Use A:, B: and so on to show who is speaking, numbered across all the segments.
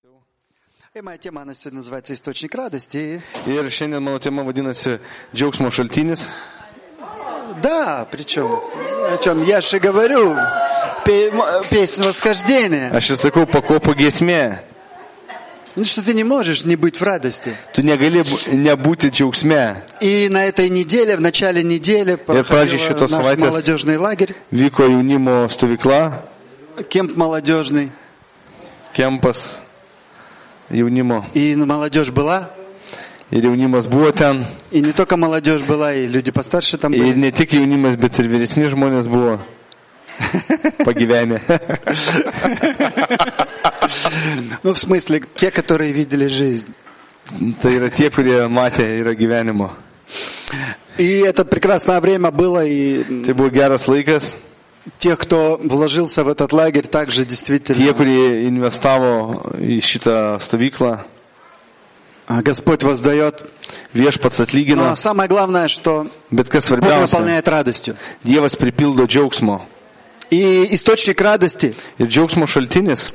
A: И Э, моя тема, она сегодня называется «Источник радости».
B: Ir šiandien mano tema vadinasi Džiaugsmo šaltinis.
A: Да, причем, о чем я же говорю, пе- м- э, песнь восхождения.
B: Aš ir sakau pakopų giesmė.
A: Ну, что ты не можешь не быть в радости.
B: Tu negali bu- nebūti džiaugsme.
A: И на этой неделе, в начале недели,
B: Пражи
A: проходил э,
B: еще то
A: наш
B: салатец.
A: молодежный лагерь,
B: Vyko jaunimo stovykla,
A: кемп молодежный.
B: kempas jaunimo.
A: И молодежь была,
B: Ir jaunimas buvo ten.
A: и не только молодежь была, и люди постарше там
B: Ir
A: были.
B: ne tik jaunimas, bet ir vyresni žmonės buvo pagyvenę.
A: Ну, в смысле, те, которые видели жизнь.
B: tai yra tie, kurie matė, yra gyvenimo.
A: И это прекрасное время было, и м,
B: Tai buvo geras laikas.
A: те, кто вложился в этот лагерь, также действительно...
B: Tie, kurie investavo į šitą stovyklą,
A: А Господь воздает.
B: viešpats atlygino.
A: Но самое главное, что
B: Bet kas
A: Бог
B: svarbiausia,
A: наполняет радостью.
B: Dievas pripildo džiaugsmo.
A: И источник радости.
B: Ir džiaugsmo šaltinis.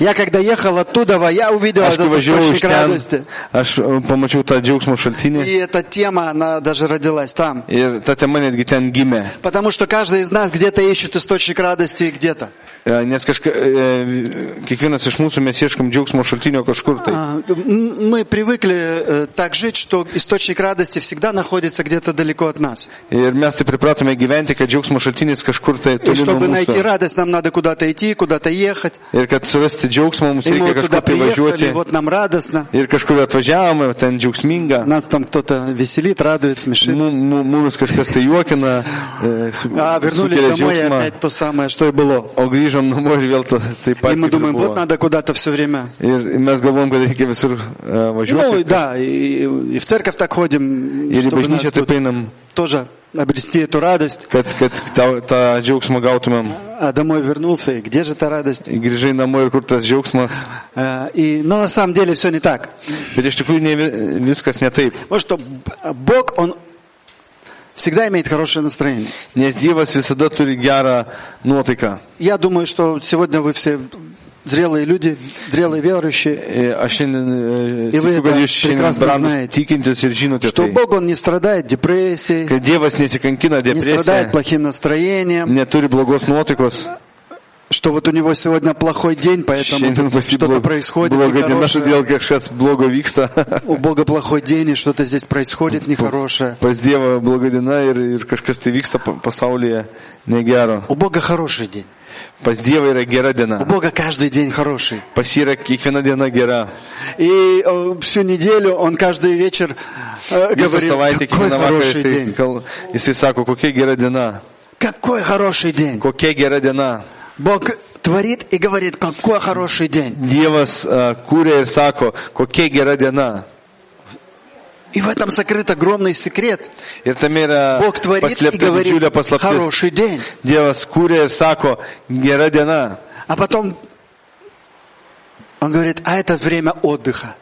A: Я когда ехал оттуда, я увидел
B: Aš kai
A: этот
B: važiavau iš
A: источник
B: ten,
A: радости.
B: aš e, pamačiau tą džiaugsmo
A: И
B: šaltinį.
A: эта тема, она даже родилась там.
B: Ir ta tema netgi ten gimė.
A: Потому что каждый из нас где-то ищет источник радости и где-то.
B: E, Nes kažka, e, kiekvienas iš mūsų mes ieškam džiaugsmo šaltinio kažkur tai.
A: А, м- Мы привыкли э, так жить, что источник радости всегда находится где-то далеко от нас.
B: Ir mes taip pripratome gyventi, kad džiaugsmo šaltinis kažkur tai
A: И
B: toli nuo
A: чтобы найти
B: mūsų.
A: радость, нам надо куда-то идти, куда-то ехать.
B: Ir kad surasti džiaugsmą mums
A: И мы
B: reikia
A: вот туда
B: kažkur tai
A: приехали,
B: važiuoti.
A: вот нам радостно.
B: Ir kažkur atvažiavome, ten džiaugsminga.
A: Нас там кто-то веселит, радует, смешит.
B: Mu- mu- Mums kažkas tai juokina, e, su-
A: А
B: sukelia
A: вернулись домой и
B: džiaugsmą.
A: опять то самое, что и было.
B: O grįžom namo ir vėl ta- taip pat.
A: И мы
B: kaip ir
A: думаем, вот
B: buvo.
A: надо куда-то все время.
B: Ir mes galvom, kad reikia visur e,
A: Ну
B: važiuoti.
A: да, и, и в церковь так ходим,
B: Ir į
A: чтобы нас
B: bažnyčią
A: тут
B: taip einam,
A: тоже обрести эту радость.
B: kad, kad tą, tą džiaugsmą gautumėm.
A: А домой вернулся, и где же эта радость?
B: Grįžai namo ir kur tas džiaugsmas.
A: Э, И, но на самом деле все не так.
B: Bet iš tikrųjų ne, vi- viskas ne taip.
A: Вот что Б- Бог, Он всегда имеет хорошее настроение.
B: Nes Dievas visada turi gerą nuotaiką.
A: Я думаю, что сегодня вы все зрелые люди, зрелые верующие,
B: E, Aš šiandien e,
A: Ir
B: tikiu,
A: vy
B: kad
A: tą
B: jūs šiandien
A: прекрасно
B: brandus
A: знаете.
B: tikintis ir žinote,
A: что
B: tai,
A: Бог, Он не страдает депрессией,
B: kad Dievas nesikankina
A: не страдает
B: depresija,
A: плохим настроением,
B: neturi blogos nuotaikos.
A: что вот у него сегодня плохой день, поэтому
B: Šiandien
A: тут
B: pas jį
A: что-то
B: blog-
A: происходит
B: bloga diena,
A: нехорошее.
B: todėl kažkas blogo vyksta.
A: У Бога плохой день, и что-то здесь происходит нехорошее.
B: Pas Dievą bloga diena ir, ir kažkas tai vyksta pa- pasaulyje negero.
A: У Бога хороший день.
B: Pas Dievą yra gera diena.
A: У Бога каждый день хороший.
B: Pas jį yra kiekviena diena gera.
A: И э, всю неделю он каждый вечer э,
B: Visą
A: говорил,
B: savaitę,
A: какой
B: kiekvieną vakarą
A: хороший
B: jisai,
A: день.
B: kal, jisai sako, kokia gera diena.
A: Какой хороший день.
B: Kokia gera diena.
A: Бог творит и говорит, какой хороший день.
B: Dievas uh, kūrė ir sako, kokia gera diena.
A: И в этом сокрыт огромный секрет.
B: Ir tame yra
A: Бог творит и
B: paslėpta
A: говорит,
B: didžiulė paslaptis.
A: хороший день.
B: Dievas kūrė ir sako, gera diena.
A: А потом он говорит, а это время отдыха.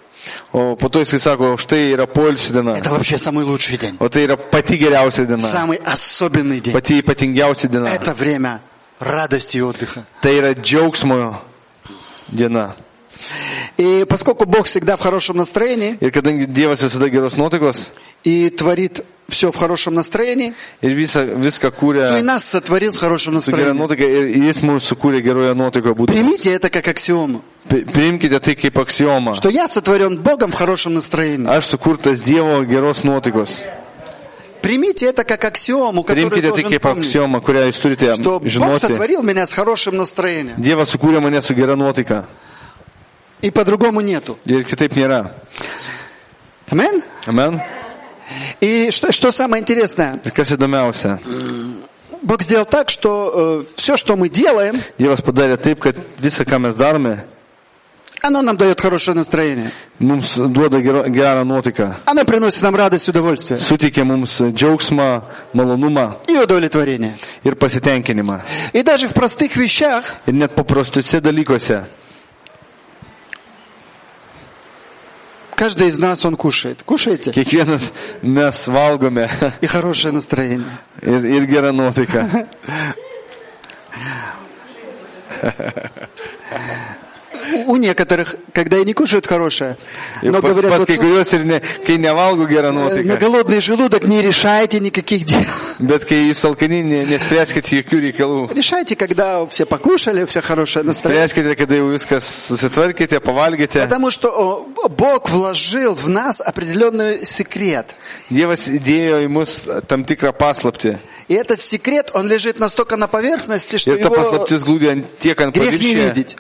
B: O po to jisai sako, štai yra poilsio diena.
A: Это вообще самый лучший день.
B: O tai yra pati geriausia diena.
A: Самый особенный день.
B: Pati ypatingiausia diena.
A: Это время радости и отдыха.
B: Tai yra džiaugsmo diena.
A: И поскольку Бог всегда в хорошем настроении
B: Ir kadangi Dievas visada geros nuotaikos
A: и творит все в хорошем настроении,
B: ir visa, viską kūrė
A: то и нас сотворил с хорошим
B: su gera
A: настроением.
B: nuotaika ir jis mums sukūrė geroje nuotaikoje būtent.
A: Примите это как аксиому,
B: Priimkite tai kaip aksiomą.
A: что я сотворен Богом в хорошем настроении.
B: Aš sukurtas Dievo geros nuotaikos.
A: Примите это как аксиому, которую
B: Priimkite tai
A: должен
B: kaip
A: помнить,
B: aksiomą, kurią jūs turite
A: что Бог
B: žinoti.
A: сотворил меня с хорошим настроением.
B: Dievas sukūrė mane su gera nuotaika.
A: И по-другому нету.
B: Ir kitaip nėra.
A: Амен?
B: Amen.
A: И что, что самое интересное,
B: Ir kas įdomiausia,
A: Бог сделал так, что все, что мы делаем,
B: Dievas padarė taip, kad visą, ką mes darome,
A: оно нам дает хорошее настроение.
B: mums duoda gero, gerą nuotaiką.
A: Оно приносит нам радость, удовольствие
B: Suteikia mums džiaugsmą, malonumą
A: и удовлетворение.
B: ir pasitenkinimą.
A: И даже в простых вещах
B: Ir net paprastuose dalykuose.
A: каждый из нас он кушает. Кушаете?
B: Kiekvienas mes valgome
A: И хорошее настроение.
B: ir, ir gerą nuotaiką.
A: У- У некоторых, когда и не кушают хорошее,
B: Ir
A: но
B: pas,
A: говорят,
B: pas
A: «Вот
B: kai kuriuos ir ne, kai nevalgo gerą
A: на
B: nuotaiką.
A: голодный желудок не решайте никаких дел.
B: Bet kai jūs alkani, ne, nespręskite jokių reikalų.
A: Решайте, когда все покушали, все хорошее настроение.
B: Spręskite, kada jau viskas susitvarkite, pavalgite.
A: Потому что о, Бог вложил в нас определенный секрет.
B: Dievas įdėjo į mus tam tikrą paslaptį.
A: И этот секрет, он лежит настолько на поверхности, что
B: Ir ta
A: его...
B: paslaptis glūdė ant- tiek ant
A: Griech
B: paviršiaus,
A: nevidit.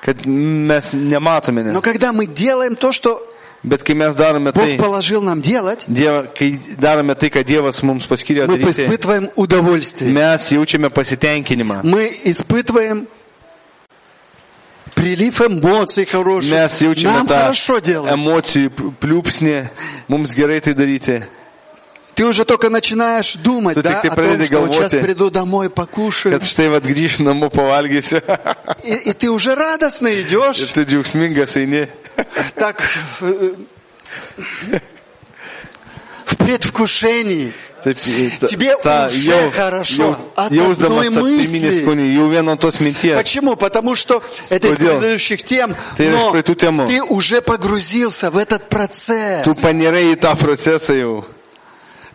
B: kad mes nematome.
A: Но
B: Ne.
A: когда мы делаем то, что
B: Bet kai mes darome
A: Бог
B: tai,
A: положил нам делать,
B: Dieva, kai darome tai, ką Dievas mums paskyrė
A: мы
B: daryti,
A: испытываем удовольствие.
B: mes jaučiame pasitenkinimą.
A: Мы испытываем прилив эмоций хороших.
B: Mes jaučiame
A: Нам
B: tą
A: хорошо делать.
B: emocijų p- pliūpsnį, mums gerai tai daryti.
A: Ты уже только начинаешь думать,
B: Тут
A: да,
B: ты
A: о том,
B: проведи
A: что вот сейчас
B: голгофе.
A: приду домой, покушаю.
B: Kad štai vad grįžti namo pavalgysiu.
A: И, и ты уже радостно
B: Ir
A: идешь.
B: tu džiaugsmingas eini.
A: Так э, в предвкушении.
B: Taip, į tą-
A: Тебе
B: tą
A: уже
B: jau,
A: хорошо
B: jau,
A: от
B: jausdamas
A: одной
B: tą
A: мысли.
B: pirminį skonį, jau vien ant tos minties.
A: Почему? Потому что это из
B: Подел.
A: предыдущих тем,
B: Ты
A: но
B: раскрой ту тему.
A: ты уже погрузился в этот
B: Tu
A: процесс.
B: panerai į tą procesą jau.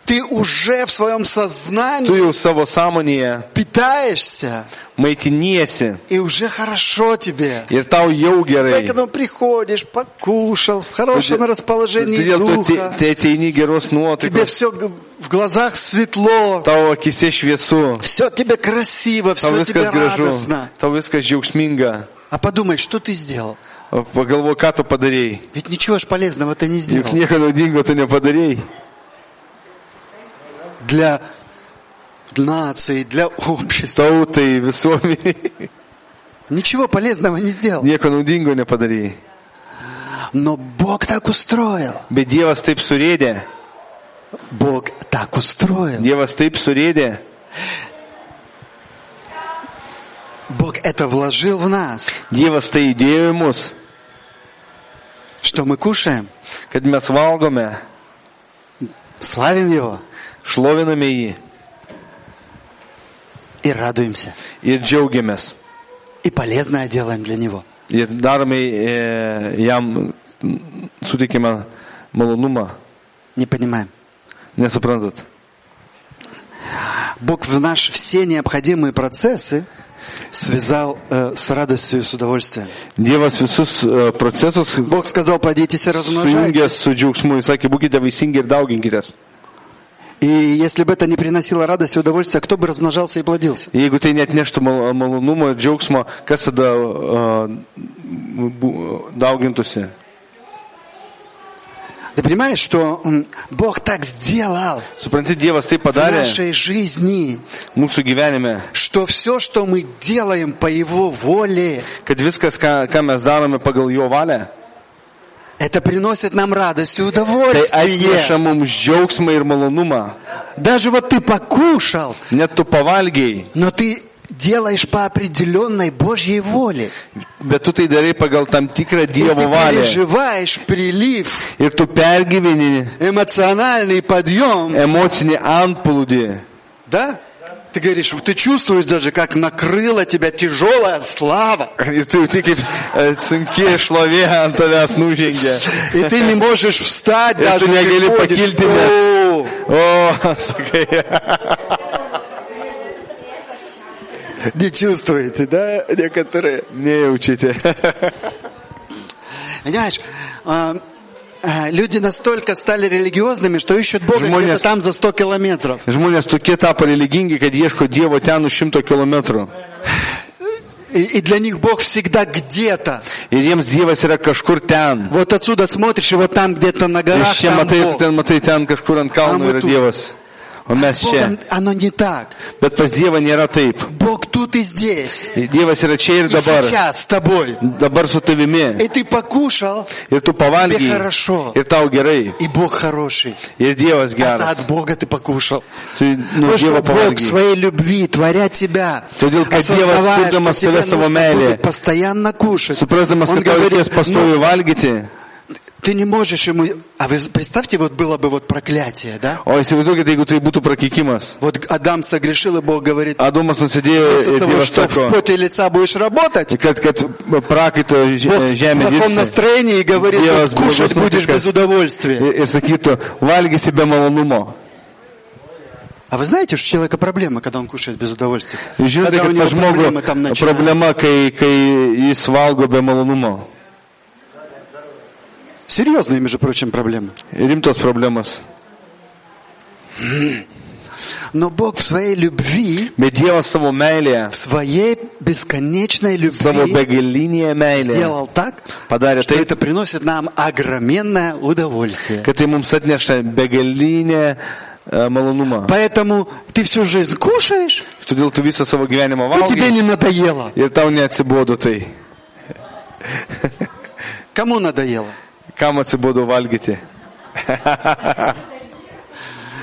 A: Ты уже в своем
B: Tu
A: сознании
B: jau savo sąmonėje
A: питаешься,
B: maitiniesi.
A: и уже хорошо тебе.
B: Ir tau jau gerai.
A: Поэтому приходишь, покушал, в хорошем
B: Тудел-
A: расположении
B: Todėl tu te-
A: духа.
B: te ateini geros
A: Тебе
B: nuotaikos.
A: все в глазах светло,
B: Tavo akise šviesu.
A: все тебе красиво,
B: Tau
A: все тебе
B: viskas gražu.
A: радостно.
B: Tau viskas džiaugsminga.
A: А подумай, что ты сделал?
B: O Pagalvo, ką tu padarėjai.
A: Ведь ничего ж полезного ты не
B: Juk
A: сделал.
B: nieko naudingo tu nepadarėjai.
A: Для нации, для общества.
B: Tautai, visuomeniai.
A: Ничего полезного не сделал.
B: Nieko naudingo nepadarėjai.
A: Но Бог так устроил.
B: Bet Dievas taip surėdė.
A: Бог так устроил.
B: Dievas taip surėdė.
A: Бог это вложил в нас.
B: Dievas tai įdėjo į mus,
A: Что мы кушаем?
B: kad mes valgome,
A: Славим Его
B: šloviname jį
A: и радуемся.
B: ir džiaugiamės.
A: И полезное делаем для Него.
B: Ir darome e, jam sutikimą malonumą.
A: Не понимаем.
B: Nesuprantat.
A: Бог в наши все необходимые процессы связал э, с радостью и с удовольствием.
B: Dievas visus e, procesus
A: Бог сказал, подейтесь и размножайтесь.
B: sujungęs su džiaugsmu, jis sakė, būkite vaisingi ir dauginkitės.
A: И если бы это не приносило радости и удовольствия, кто бы размножался и плодился?
B: Jeigu tai net neštų mal- malonumo ir džiaugsmo, kas tada uh, daugintųsi?
A: Ты понимаешь, что м, Бог так сделал
B: Supranti, Dievas tai
A: в
B: padarė
A: нашей жизни,
B: mūsų gyvenime,
A: что все, что мы делаем по Его воле,
B: kad viskas, ką, ką mes darome pagal jo valią,
A: это приносит нам радость и
B: tai
A: удовольствие.
B: atneša mums džiaugsmą ir malonumą.
A: Даже вот ты покушал,
B: Net tu pavalgiai,
A: но ты делаешь по определенной Божьей воле.
B: bet tu tai darai pagal tam tikrą
A: И ты
B: Dievo valią.
A: переживаешь прилив,
B: Ir tu pergyveni
A: эмоциональный подъем,
B: emocinį antplūdį.
A: да? Ты говоришь, ты чувствуешь даже, как накрыла тебя тяжелая слава.
B: Ir tu jau tik kaip e, sunki šlovė ant tavęs nužengė.
A: И ты не можешь встать
B: Я
A: даже.
B: тут не
A: ты
B: огели
A: ходишь.
B: покильте, да.
A: О,
B: O, sakai.
A: э, Не чувствуете, да, некоторые?
B: Nejaučiate.
A: Понимаешь, а, а, люди настолько стали религиозными, что ищут Бога
B: Жмонец.
A: где-то там за 100 километров.
B: Žmonės tokie tapo religingi, kad ieško Dievo ten už šimto kilometrų.
A: И, и для них Бог всегда где-то.
B: Ir jiems Dievas yra kažkur ten.
A: Вот отсюда смотришь, и вот там где-то на
B: Ir
A: горах
B: čia
A: там
B: matai, tu
A: Бог.
B: ten matai ten kažkur ant kalno yra
A: Amatų.
B: Dievas. O mes
A: С
B: čia.
A: Богом оно не так.
B: Bet pas Dievą nėra taip.
A: Бог тут и здесь.
B: Dievas yra čia ir
A: И
B: dabar.
A: сейчас с тобой.
B: Dabar su tavimi.
A: И ты покушал,
B: Ir tu
A: Тебе
B: pavalgiai.
A: хорошо.
B: Ir tau gerai.
A: и Бог хороший.
B: Ir Dievas
A: Это
B: geras.
A: от Бога ты покушал.
B: Tu nuo
A: Потому что
B: Dievo
A: Бог в
B: pavalgiai.
A: своей любви, творя тебя,
B: Todėl, kad
A: осознавая,
B: Dievas,
A: что
B: kurdamas
A: тебе
B: tave savo
A: нужно
B: meilėje,
A: будет постоянно кушать.
B: Suprasdamas,
A: Он
B: kad tau
A: говорит,
B: reikės pastoviai
A: «Ну,
B: valgyti,
A: Ты не можешь ему... А вы представьте, вот было бы вот проклятие, да?
B: O įsivaizduokite, jeigu tai būtų prakykimas.
A: Вот Адам согрешил, и Бог говорит,
B: Adomas nusidėjo
A: вместо
B: ir
A: того,
B: Dievas
A: что в
B: sako,
A: поте лица будешь работать,
B: kad, kad prakaito ž-
A: Бог в
B: žemė
A: плохом
B: dirbsi.
A: настроении и говорит,
B: Dievas
A: вот кушать
B: blogas
A: будешь
B: nuotaikas.
A: без удовольствия.
B: ir, ir sakytų, valgysi be malonumo.
A: А вы знаете, что у человека проблема, когда он кушает без удовольствия?
B: Jūs Žinote,
A: Когда у
B: kad
A: него
B: tas žmogus
A: проблемы там начинаются.
B: problema, kai, kai jis valgo be malonumo.
A: Серьезные, между прочим, проблемы.
B: Rimtos problemas.
A: Но Бог в своей любви,
B: Bet Dievas savo meilėje,
A: в своей бесконечной
B: savo
A: любви
B: begalinėje meilėje
A: сделал так,
B: padarė
A: что
B: taip,
A: это приносит нам огроменное удовольствие.
B: kad tai mums atneša begalinę e, malonumą.
A: Поэтому ты всю жизнь кушаешь,
B: Todėl tu visą savo gyvenimą
A: но тебе
B: valgai
A: не надоело.
B: ir tau neatsibodo tai.
A: Кому надоело?
B: Kam atsibodo valgyti?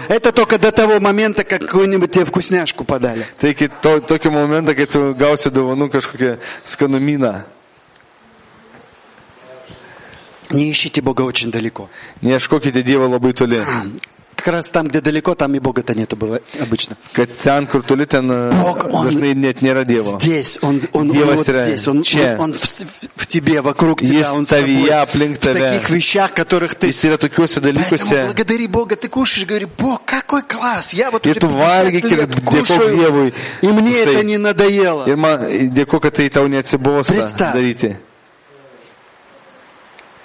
A: Это только до того момента, как какую-нибудь тебе вкусняшку подали.
B: Tai iki to, tokio momento, kai tu gausi dovanų kažkokią skanumyną.
A: Не ищите Бога очень далеко.
B: Neieškokite Dievo labai toli.
A: А, Как раз там, где далеко, там и Бога-то нету бывает обычно.
B: Kad ten, kur toli, ten e,
A: Bog, on-
B: dažnai net nėra Dievo.
A: Здесь, Он, он, он
B: Дева
A: вот
B: Сирая,
A: здесь, Он,
B: че?
A: он- он в, в тебе, вокруг
B: Есть
A: тебя, Он с тобой.
B: тавия,
A: в
B: плинк тавя.
A: таких вещах, которых ты...
B: Tai Jis yra tokiuose dalykuose.
A: Поэтому благодари Бога, ты кушаешь, говори, Бог, какой класс, я вот
B: И
A: уже
B: эту
A: 50
B: варги,
A: лет
B: как
A: кушаю,
B: декоглевый
A: и мне
B: стоит.
A: это не надоело.
B: Ir man dėkuoju, kad tai tau neatsibosta
A: Представь.
B: daryti.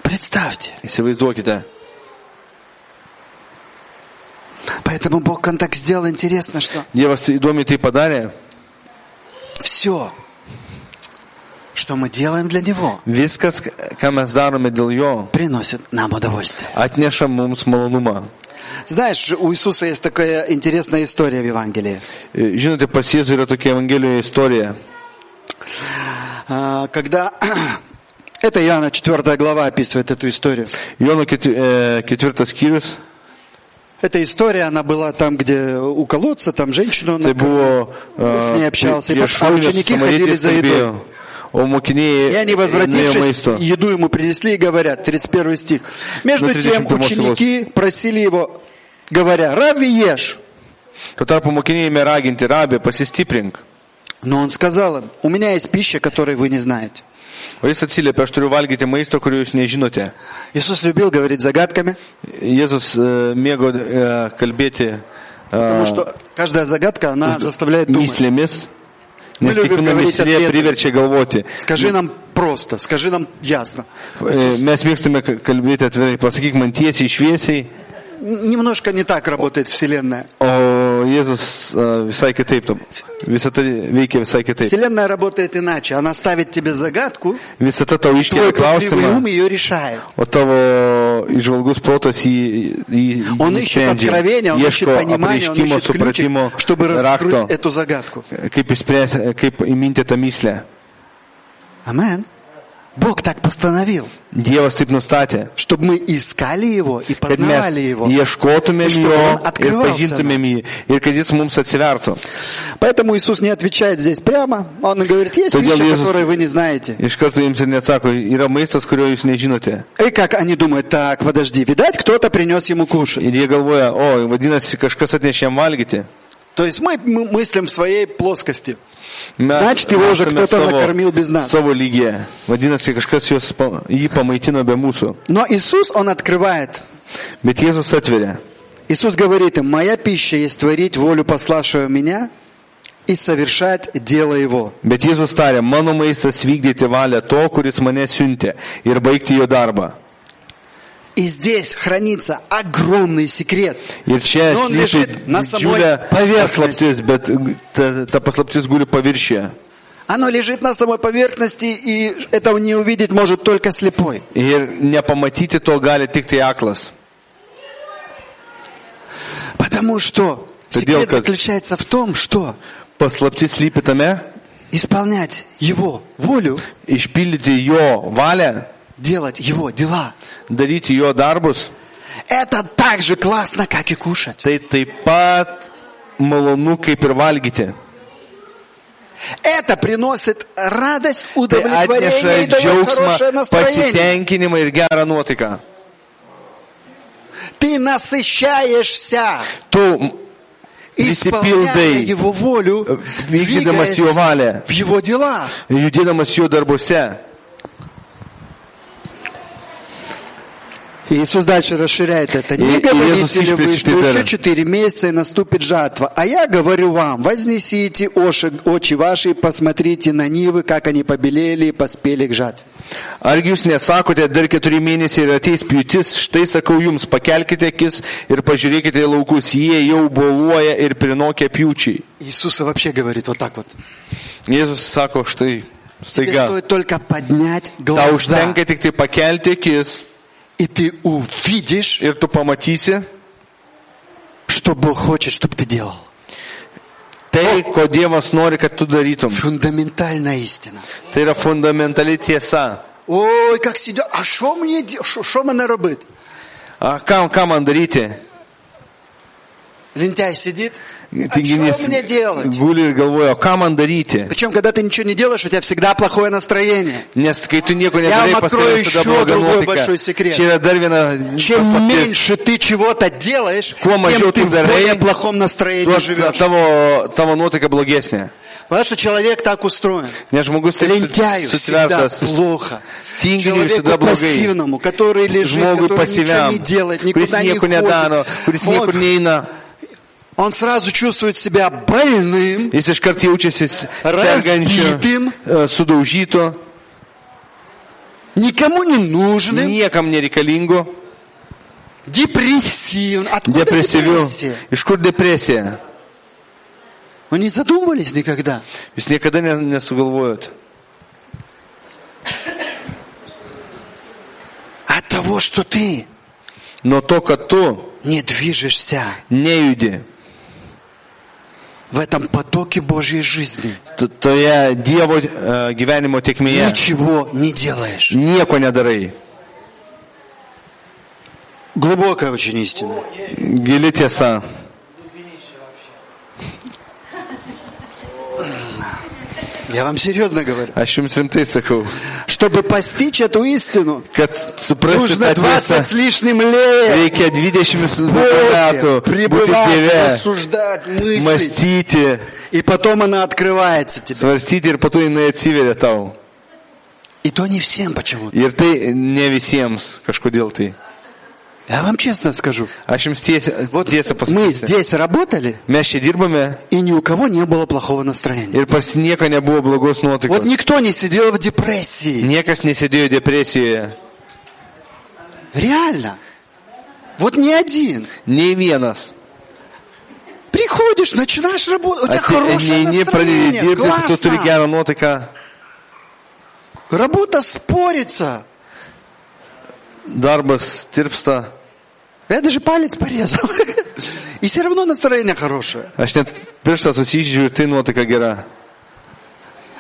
A: Представьте.
B: Įsivaizduokite.
A: Поэтому Бог, Он так сделал, интересно, что
B: Dievas tai- įdomiai tai padarė.
A: все, что мы делаем для Него,
B: Viskas, ką mes darome dėl jo,
A: приносит нам удовольствие.
B: atneša mums malonumą.
A: Знаешь, у Иисуса есть такая интересная история в Евангелии.
B: E, Žinote, pas Jėzų yra tokia Evangelijoje istorija.
A: А, Когда... Это Иоанна 4 глава описывает эту историю.
B: Jono keti- e, ketvirtas skyrius.
A: Эта история, она была там, где у колодца, там женщину... он
B: Tai
A: накормил.
B: buvo
A: Jis neapšiausiai pat-
B: šūnės,
A: učeniki ходили за едой.
B: o mokiniai
A: И они,
B: neėjo
A: возвратившись,
B: maisto.
A: еду ему принесли и говорят, 31 стих. Между
B: Ну, 30
A: тем
B: помощь
A: ученики просили его, говоря, «Рави ешь!»
B: Tuo tarpu mokiniai ėmė raginti, rabė, pasistiprink.
A: Но он сказал им, «У меня есть пища, которой вы не знаете».
B: O jis atsiliepė, aš turiu valgyti maisto, kurio jūs nežinote.
A: Иисус любил говорить загадками,
B: Jėzus e, mėgo e, kalbėti e,
A: потому что каждая загадка, она заставляет думать.
B: myslėmis, nes
A: Myliu, kaip
B: kiekviena
A: gavryti
B: myslė
A: atliepti.
B: priverčia galvoti.
A: Скажи нам просто, скажи нам ясно.
B: E, Mes mėgstame ka- kalbėti atvirai, pasakyk man tiesiai, šviesiai,
A: Н- Немножко не так работает Вселенная.
B: o Jėzus e, visai kitaip, tam- visą tai veikia visai kitaip.
A: Вселенная работает иначе. Она ставит тебе загадку,
B: Visą tą tau
A: твой
B: iškelia
A: пытливый ум
B: klausimą,
A: ее решает.
B: o tavo išvalgus protas jį, jį,
A: Он
B: jį
A: ищет
B: sprendžia,
A: откровения, он ищет
B: ieško
A: понимания, он
B: apreiškimo,
A: ищет ключик,
B: supratimo,
A: чтобы
B: rakto,
A: раскрыть эту загадку.
B: kaip, išspręs, kaip įminti tą myslę.
A: Амен. Бог так постановил,
B: Dievas taip nustatė.
A: чтобы мы искали Его и
B: kad mes
A: познавали Его.
B: ieškotumėm
A: Iš
B: jo
A: kurio
B: ir
A: atkryvalsena.
B: pažintumėm jį ir kad jis mums atsivertų.
A: Поэтому Иисус не отвечает здесь прямо. Он говорит, есть
B: То дело
A: вещи,
B: Иисус-
A: которые вы не знаете.
B: Iš karto jums ir neatsako, yra maistas, kurio jūs nežinote.
A: И как они думают, так, подожди, видать, кто-то принес ему кушать.
B: Ir jie galvoja, o, vadinasi, kažkas atnešė jam valgyti.
A: То есть мы мы мыслим в своей плоскости.
B: Mes
A: Значит, его уже
B: esame
A: кто-то nakarmil без нас.
B: savo lygyje. Vadinasi, kažkas juos, pa- jį pamaitino be mūsų.
A: Но Иисус, Он открывает.
B: Bet Jėzus atveria.
A: Иисус говорит им, «Моя пища есть творить волю пославшего Меня и совершать дело Его».
B: Bet Jėzus tarė, mano maistas vykdyti valią to, kuris mane siuntė ir baigti jo darbą.
A: И здесь хранится огромный секрет.
B: Ir čia
A: Nu, on
B: slypi
A: ležit na samoj
B: didžiulė
A: paviršnosti.
B: paslaptis, bet ta, ta paslaptis guli paviršyje.
A: Оно лежит на самой поверхности, и этого не увидеть может только слепой.
B: Ir nepamatyti to gali tik tai aklas.
A: Потому что
B: Ты
A: секрет
B: делка-
A: заключается в том, что
B: Paslaptis lypi tame,
A: исполнять Его волю,
B: išpildyti jo valią,
A: делать Его дела,
B: daryti jo darbus,
A: это так же классно, как и кушать.
B: tai taip pat malonu kaip ir valgyti.
A: Это приносит радость,
B: Tai atneša
A: удовлетворение и дает
B: džiaugsmą,
A: хорошее настроение.
B: pasitenkinimą ir gerą nuotaiką.
A: Ты насыщаешься,
B: Tu
A: исполняя
B: prisipildai,
A: Его волю,
B: vykdydamas jo
A: двигаясь
B: valią,
A: в Его дела.
B: judėdamas jo darbuose.
A: Иисус дальше расширяет это. Не
B: И- и Иисус
A: говорите ли вы,
B: испречь
A: что
B: Петера.
A: еще четыре месяца и наступит жатва? А я говорю вам, вознесите оши- очи ваши, и посмотрите на нивы, как они побелели и поспели к жатве.
B: Argi jūs nesakote, dar keturi mėnesiai ir ateis pjūtis, štai sakau jums, pakelkite akis ir pažiūrėkite į laukus, jie jau boluoja ir prinokia pjūčiai.
A: Иисус вообще говорит вот так вот.
B: Jėzus sako, štai,
A: Тебе
B: staiga,
A: стоит только поднять
B: tau
A: глаза,
B: užtenka tik tai pakelti akis
A: и ты увидишь,
B: ir tu pamatysi
A: что Бог хочет, чтобы ты делал.
B: tai, ko Dievas nori, kad tu darytum.
A: Фундаментальная истина.
B: Tai yra fundamentali tiesa.
A: Ой, как сидят, а что мне, де- шо- шо мне робить?
B: A, ką, ką man daryti?
A: Лентяй сидит, а
B: Tinginys
A: что мне делать?
B: guli ir galvoja, o ką man daryti?
A: Причем, когда ты ничего не делаешь, у тебя всегда плохое настроение.
B: Nes kai tu nieko
A: Я
B: nedarai,
A: вам
B: pas
A: открою
B: tave visada
A: еще
B: bloga
A: другой
B: nuotaika.
A: большой секрет.
B: Čia yra dar viena
A: Чем
B: paslaptis.
A: меньше ты чего-то делаешь,
B: Кума,
A: тем
B: чё
A: ты
B: ты
A: в
B: дарей?
A: более плохом настроении
B: Tuo ta-
A: живешь.
B: tavo, tavo nuotaika blogesnė.
A: Потому что человек так устроен.
B: Nes žmogus taip su-
A: Лентяю всегда
B: sutvertas.
A: плохо.
B: Тинги всегда
A: Человеку
B: благие.
A: пассивному, который лежит,
B: Žmogui
A: который ничего
B: pasyviam,
A: не делает,
B: kuris
A: никуда не
B: nieko nedaro, kuris niekur
A: ходит. Он-
B: neina,
A: Он сразу чувствует себя больным,
B: jis iškart jaučiasi s-
A: Разбитым.
B: sergančiu, e, sudaužytu,
A: никому не нужным,
B: niekam nereikalingu,
A: депрессивным. Откуда
B: depresyviu.
A: депрессия?
B: Iš kur depresija?
A: Вы не задумывались никогда?
B: Jūs niekada ne- nesugalvojot.
A: От того, что ты
B: Nuo to, kad tu
A: не движешься
B: nejudi
A: в этом потоке Божьей жизни.
B: t- toje Dievo e, gyvenimo tiekmėje,
A: Ничего не делаешь.
B: nieko nedarai.
A: Глубокая очень истина.
B: Gili tiesa.
A: Я вам серьезно говорю.
B: Aš jums rimtai sakau,
A: Чтобы постичь эту истину,
B: kad suprasti
A: нужно
B: tą
A: 20
B: tiesą.
A: с лишним лет.
B: Reikia 20 metų
A: Бога
B: būti
A: Пребывать,
B: dieve,
A: рассуждать, мыслить.
B: mąstyti,
A: И потом она открывается тебе.
B: svarstyti ir po to jinai atsiveria tau.
A: И то не всем почему-то.
B: Ir tai ne visiems kažkodėl tai.
A: Я вам честно скажу.
B: Aš jums tiesą,
A: Вот
B: tiesą
A: мы
B: pasakysiu.
A: здесь работали,
B: Mes čia dirbame
A: и ни у кого не было плохого настроения.
B: ir pas nieko nebuvo blogos
A: Вот
B: nuotaikos.
A: никто не сидел в депрессии.
B: Niekas nesėdėjo depresijoje.
A: Реально. Вот ни один.
B: Nei vienas.
A: Приходишь, начинаешь работать,
B: А
A: у тебя хорошее
B: Ateini, pradedi
A: настроение,
B: dirbti, tu turi
A: классно.
B: gerą nuotaiką.
A: Работа спорится.
B: Darbas tirpsta.
A: Я даже палец порезал. И все равно настроение хорошее.
B: Aš net pirštą susižiūriu, tai nuotaika gera.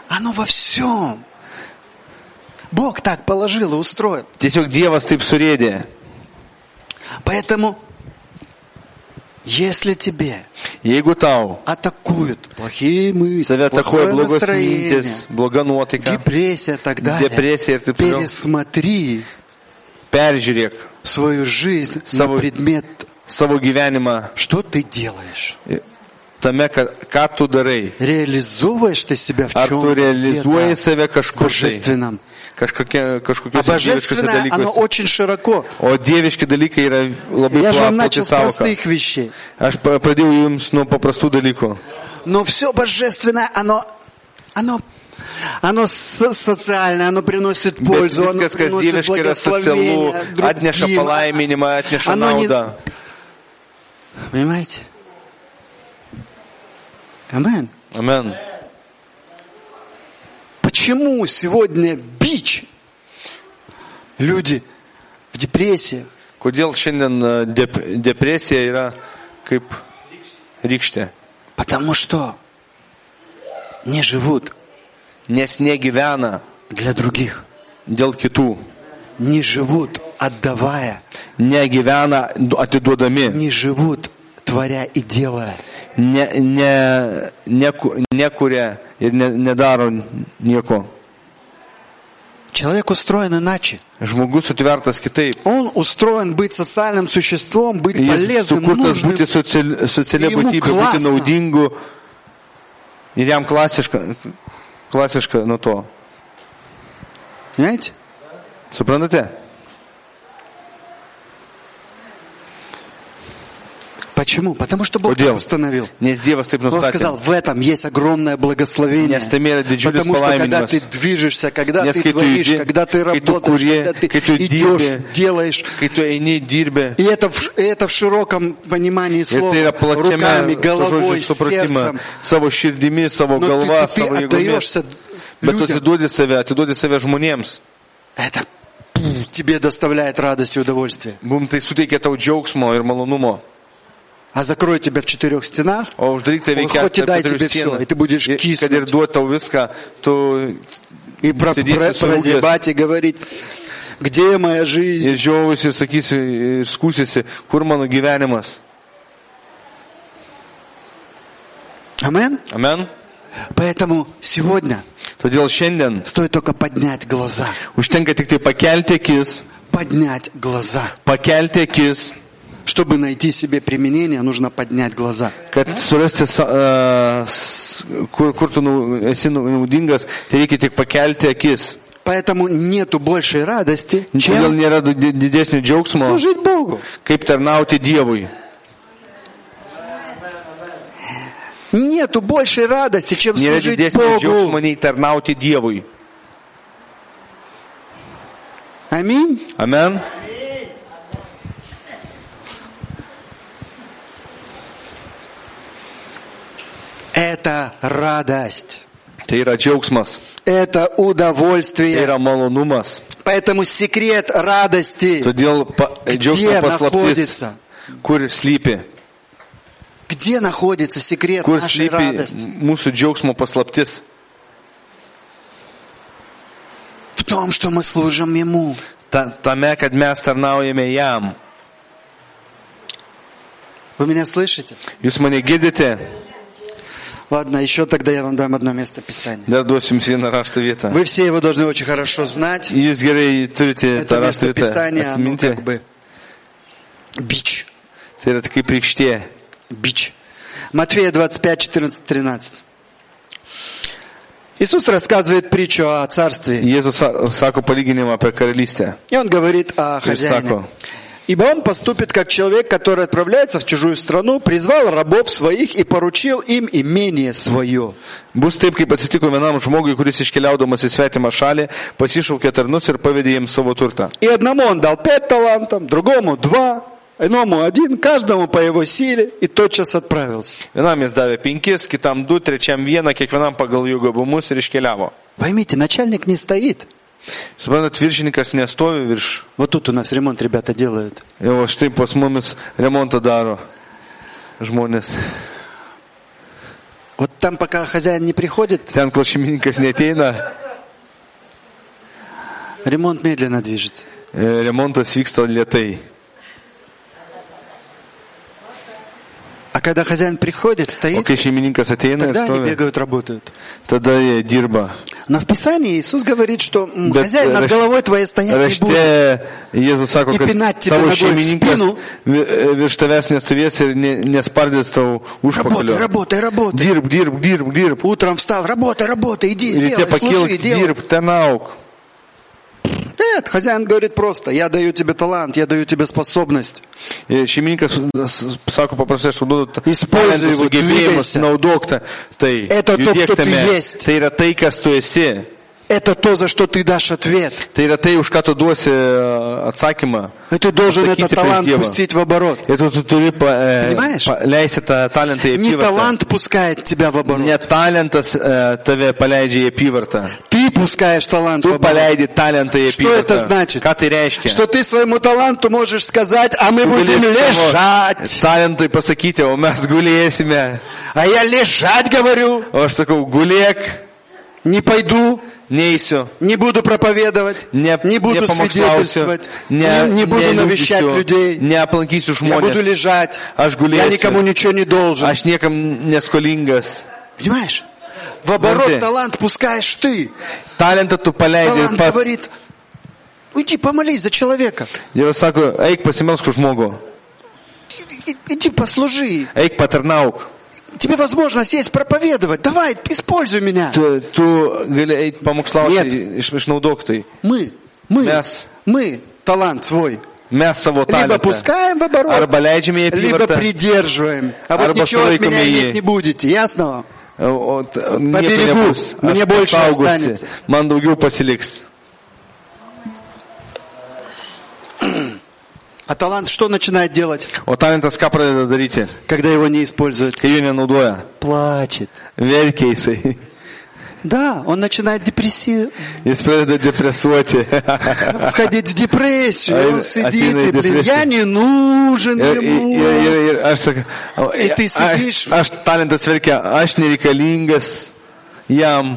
A: Оно во всем. Бог так положил и устроил.
B: Tiesiog Dievas taip surėdė.
A: Поэтому, если тебе
B: Jeigu tau
A: атакуют плохие мысли,
B: Save atakuoja
A: плохое
B: blogos
A: настроение,
B: mintis, bloga nuotaika.
A: депрессия и так далее,
B: Депрессия, ты понял?
A: пересмотри
B: Peržiūrėk
A: свою жизнь на
B: Само-
A: предмет,
B: savo gyvenimą
A: что ты делаешь.
B: tame, ką, ką tu darai.
A: Реализовываешь ты себя в
B: Ar tu realizuoji
A: чем-то
B: save kažkur tai,
A: божественном.
B: kažkokie-
A: А
B: kažkokiuose dieviškuose
A: божественное, оно
B: dalykuose.
A: очень široko.
B: O dieviški dalykai yra labai
A: Я же вам
B: plati
A: начал с
B: savoka.
A: простых вещей.
B: Aš pa- pradėjau jums nuo paprastų dalykų.
A: Но все божественное, оно, оно, оно со- социальное, оно приносит
B: Bet
A: пользу, оно
B: viskas, kas
A: приносит
B: dieviškai yra socialu,
A: благословение
B: atneša
A: другим.
B: palaiminimą, atneša
A: Оно не-
B: naudą.
A: Понимаете? Амен.
B: Amen.
A: Почему сегодня бич? Люди в депрессии.
B: Kodėl šiandien e, dep depresija yra kaip rykštė?
A: Потому что не живут
B: Nes negyvena
A: для других.
B: dėl kitų.
A: Не живут, отдавая.
B: Negyvena du- atiduodami.
A: Не живут, творя и делая.
B: Ne, ne, neku, nekuria ir ne, nedaro nieko.
A: Человек устроен иначе.
B: Žmogus sutvertas kitaip.
A: Он устроен быть социальным существом, быть
B: Jis
A: полезным,
B: sukurtas
A: нужным.
B: būti sociali- socialia
A: Jeigu
B: būtybė, būti
A: klasna.
B: naudingu. Ir jam klasiška, klasiška nuo to.
A: Понимаете?
B: Suprantate?
A: Почему? Потому что Бог
B: Kodėl?
A: так установил.
B: Nes Dievas taip
A: Он
B: nustatė.
A: сказал, в этом есть огромное благословение.
B: Nes tame yra didžiulis
A: Потому что когда
B: palaiminimas.
A: ты движешься, когда
B: Nes
A: ты
B: kai tu
A: творишь,
B: judi,
A: когда ты
B: kai tu
A: работаешь,
B: kurie,
A: когда ты
B: kai tu
A: идешь,
B: dirbi.
A: делаешь.
B: Kai tu eini, dirbi.
A: И это, в- и это в широком понимании слова,
B: Ir tai yra
A: руками,
B: platėme to žodžio
A: головой,
B: supratimą,
A: сердцем.
B: savo širdimi, savo
A: Но ты-
B: galva,
A: ты,
B: savo
A: ты
B: jėgomis.
A: отдаешься
B: Bet tu
A: людям.
B: atiduodi save, atiduodi save žmonėms.
A: Это пф, тебе доставляет радость и удовольствие.
B: Mums tai suteikia tau džiaugsmo ir malonumo.
A: А закрой тебя в четырех стенах,
B: O uždaryti tave
A: Он
B: iki
A: хоть и дай
B: keturių
A: тебе
B: sienų.
A: всё, и ты будешь
B: Ir- Kad ir
A: киснуть.
B: duot tau viską, tu
A: и про,
B: Сидишь
A: про-
B: и сунешь.
A: прозябать и говорить, где моя жизнь.
B: ir žiauvusi, ir sakysi, ir skusiesi, kur mano gyvenimas.
A: Амен.
B: Amen.
A: Поэтому сегодня
B: Todėl šiandien
A: стоит только поднять глаза.
B: užtenka tik tai pakelti akis,
A: Поднять глаза.
B: pakelti akis,
A: Чтобы найти себе применение, нужно поднять глаза.
B: kad surasti, sa- a, s- kur, kur tu nau- esi nau- naudingas, tai reikia tik pakelti akis.
A: Поэтому нету большей радости,
B: Todėl
A: чем
B: nėra du- di- didesnio džiaugsmo,
A: служить Богу.
B: kaip tarnauti Dievui.
A: Нету большей радости, чем
B: Nėra
A: служить
B: didesnio džiaugsmo
A: Богу.
B: nei tarnauti Dievui.
A: Аминь.
B: Amen.
A: Это радость.
B: Tai yra džiaugsmas,
A: Это
B: tai
A: удовольствие.
B: yra malonumas.
A: Поэтому секрет радости,
B: Todėl pa, džiaugsmo
A: где
B: paslaptis,
A: находится,
B: kur slypi,
A: где находится секрет
B: kur
A: нашей
B: slypi
A: радости?
B: mūsų džiaugsmo paslaptis.
A: В том, что мы служим Ему.
B: Ta, tame, kad mes tarnaujame jam.
A: Вы меня слышите?
B: Jūs mane girdite,
A: Ладно, еще тогда я вам дам одно место Писания.
B: dar duosiu jums vieną rašto vietą.
A: Вы все его должны очень хорошо знать.
B: Jūs gerai turite
A: Это
B: tą
A: место
B: rašto vietą
A: Писания, оно
B: atsiminti.
A: как бы бич.
B: Tai yra kaip rykštė.
A: Бич. Матфея 25, 14, 13. Иисус рассказывает притчу о царстве.
B: Jėzus sa- sako palyginimą apie karalystę.
A: И он говорит о хозяине.
B: Исаку.
A: Ибо он поступит как человек, который отправляется в чужую страну, призвал рабов своих и поручил им имение свое.
B: Bus taip, kaip atsitiko vienam žmogui, kuris iškeliaudamas į svetimą šalį, pasišaukė tarnus ir pavydė jiems savo turtą.
A: И одному он дал пять талантов, другому два, иному один, каждому по его силе, и тотчас отправился.
B: Vienam jis davė penkis, kitam du, trečiam vieną, kiekvienam pagal jų gabumus ir iškeliavo.
A: Поймите, начальник не стоит.
B: Suprantat, viršininkas nestovi virš.
A: Вот тут у нас ремонт ребята делают.
B: Jau aš taip pas mumis remontą daro žmonės.
A: Вот там, пока хозяин не приходит,
B: Ten, kol šeimininkas neteina,
A: ремонт медленно движется.
B: e, remontas vyksta lietai.
A: А когда хозяин приходит,
B: O
A: стоит,
B: kai шeimininkas ateina, ir
A: тогда они
B: stovi,
A: бегают, работают.
B: tada jie dirba.
A: Но в Писании Иисус говорит, что м,
B: Bet
A: хозяин над
B: raš-
A: головой твоей стоять не
B: rašte
A: будет.
B: Jėzus
A: tai
B: sako,
A: Į
B: kad
A: pinatį
B: tavo
A: nogoj į
B: šeimininkas
A: spinu.
B: vi- e, virš tavęs nestovės ir ne- nespardys tau
A: Работай,
B: užpakalio.
A: работай, работай.
B: Dirb, dirb, dirb, dirb.
A: Утром встал, работай, работай, иди,
B: Ryte
A: делай, слушай,
B: pakilk,
A: делай.
B: dirb, ten auk.
A: Нет, хозяин говорит просто, я даю тебе талант, я даю тебе способность.
B: E, Šeimininkas s- sako paprastai, aš tau duodu t-
A: Используй
B: talentus,
A: его,
B: sugebėjimus,
A: dvidešimt.
B: naudok tą- tai.
A: Eto to,
B: Judėk
A: kto tu
B: tame.
A: jest.
B: Tai yra tai, kas tu esi.
A: Это то, за что ты дашь ответ.
B: Tai yra tai, už ką tu duosi
A: э,
B: e, atsakymą.
A: И ты должен
B: Отдохните
A: этот талант
B: прежде Ева.
A: пустить в оборот.
B: Ir tu, tu turi pa, e,
A: Понимаешь?
B: pa, leisti tą talentą į
A: Не
B: apyvartą.
A: талант пускает тебя в оборот.
B: Ne talentas
A: э,
B: e, tave paleidžia į apyvartą.
A: Ты пускаешь талант в
B: Tu
A: оборот.
B: paleidi talentą į
A: Что это
B: apyvartą.
A: значит?
B: Ką tai reiškia?
A: Что ты своему таланту можешь сказать, а мы
B: Tu
A: будем
B: gali savo
A: лежать.
B: Talentui pasakyti, o mes gulėsime.
A: А я лежать говорю,
B: O aš sakau, gulėk,
A: не пойду,
B: neįsiu.
A: не буду проповедовать,
B: Ne,
A: не буду
B: nepamokslausiu,
A: свидетельствовать,
B: ne,
A: не, не буду навещать
B: neliudysiu,
A: людей,
B: Neaplankysiu
A: я буду
B: žmonės.
A: лежать,
B: Aš
A: я
B: gulėsiu.
A: никому ничего не должен.
B: Aš niekam neskolingas.
A: Понимаешь? В оборот
B: Манты.
A: талант пускаешь ты.
B: Talentą tu paleidai
A: Талант
B: pats.
A: говорит, иди помолись за человека.
B: Dievas sako, eik pasimelsk už žmogų,
A: И- и- Иди послужи.
B: eik patarnauk.
A: Тебе возможность есть проповедовать. Давай, используй меня.
B: Tu, tu gali eiti pamokslauti,
A: Нет.
B: iš, išnaudok tai.
A: Мы, мы,
B: Мяс.
A: мы талант свой.
B: Mes savo
A: Либо
B: talentą.
A: пускаем в оборот,
B: Arba leidžiame į
A: либо
B: apyvartą.
A: придерживаем. А вот
B: Арба
A: ничего от меня
B: стройками
A: иметь
B: и-
A: не будете, ясно вам?
B: O, o,
A: э,
B: t- nieko
A: beregu.
B: nebus. Aš
A: Mane больше
B: apsaugosi.
A: останется.
B: Man daugiau pasiliks.
A: А талант что начинает делать,
B: O talentas ką pradeda daryti,
A: когда его не используют?
B: kai jų nenaudoja?
A: Плачет.
B: Verkia jisai.
A: Да, он начинает депресси...
B: Jis pradeda depresuoti.
A: входить в депрессию.
B: А
A: И Он
B: это-
A: сидит
B: афина и
A: и, блин,
B: депрессия.
A: я не нужен
B: Ir, ir, ir,
A: ему.
B: ir, ir aš sakau, o,
A: Ir tai sėdėš-
B: a- Aš talentas verkia, aš nereikalingas jam.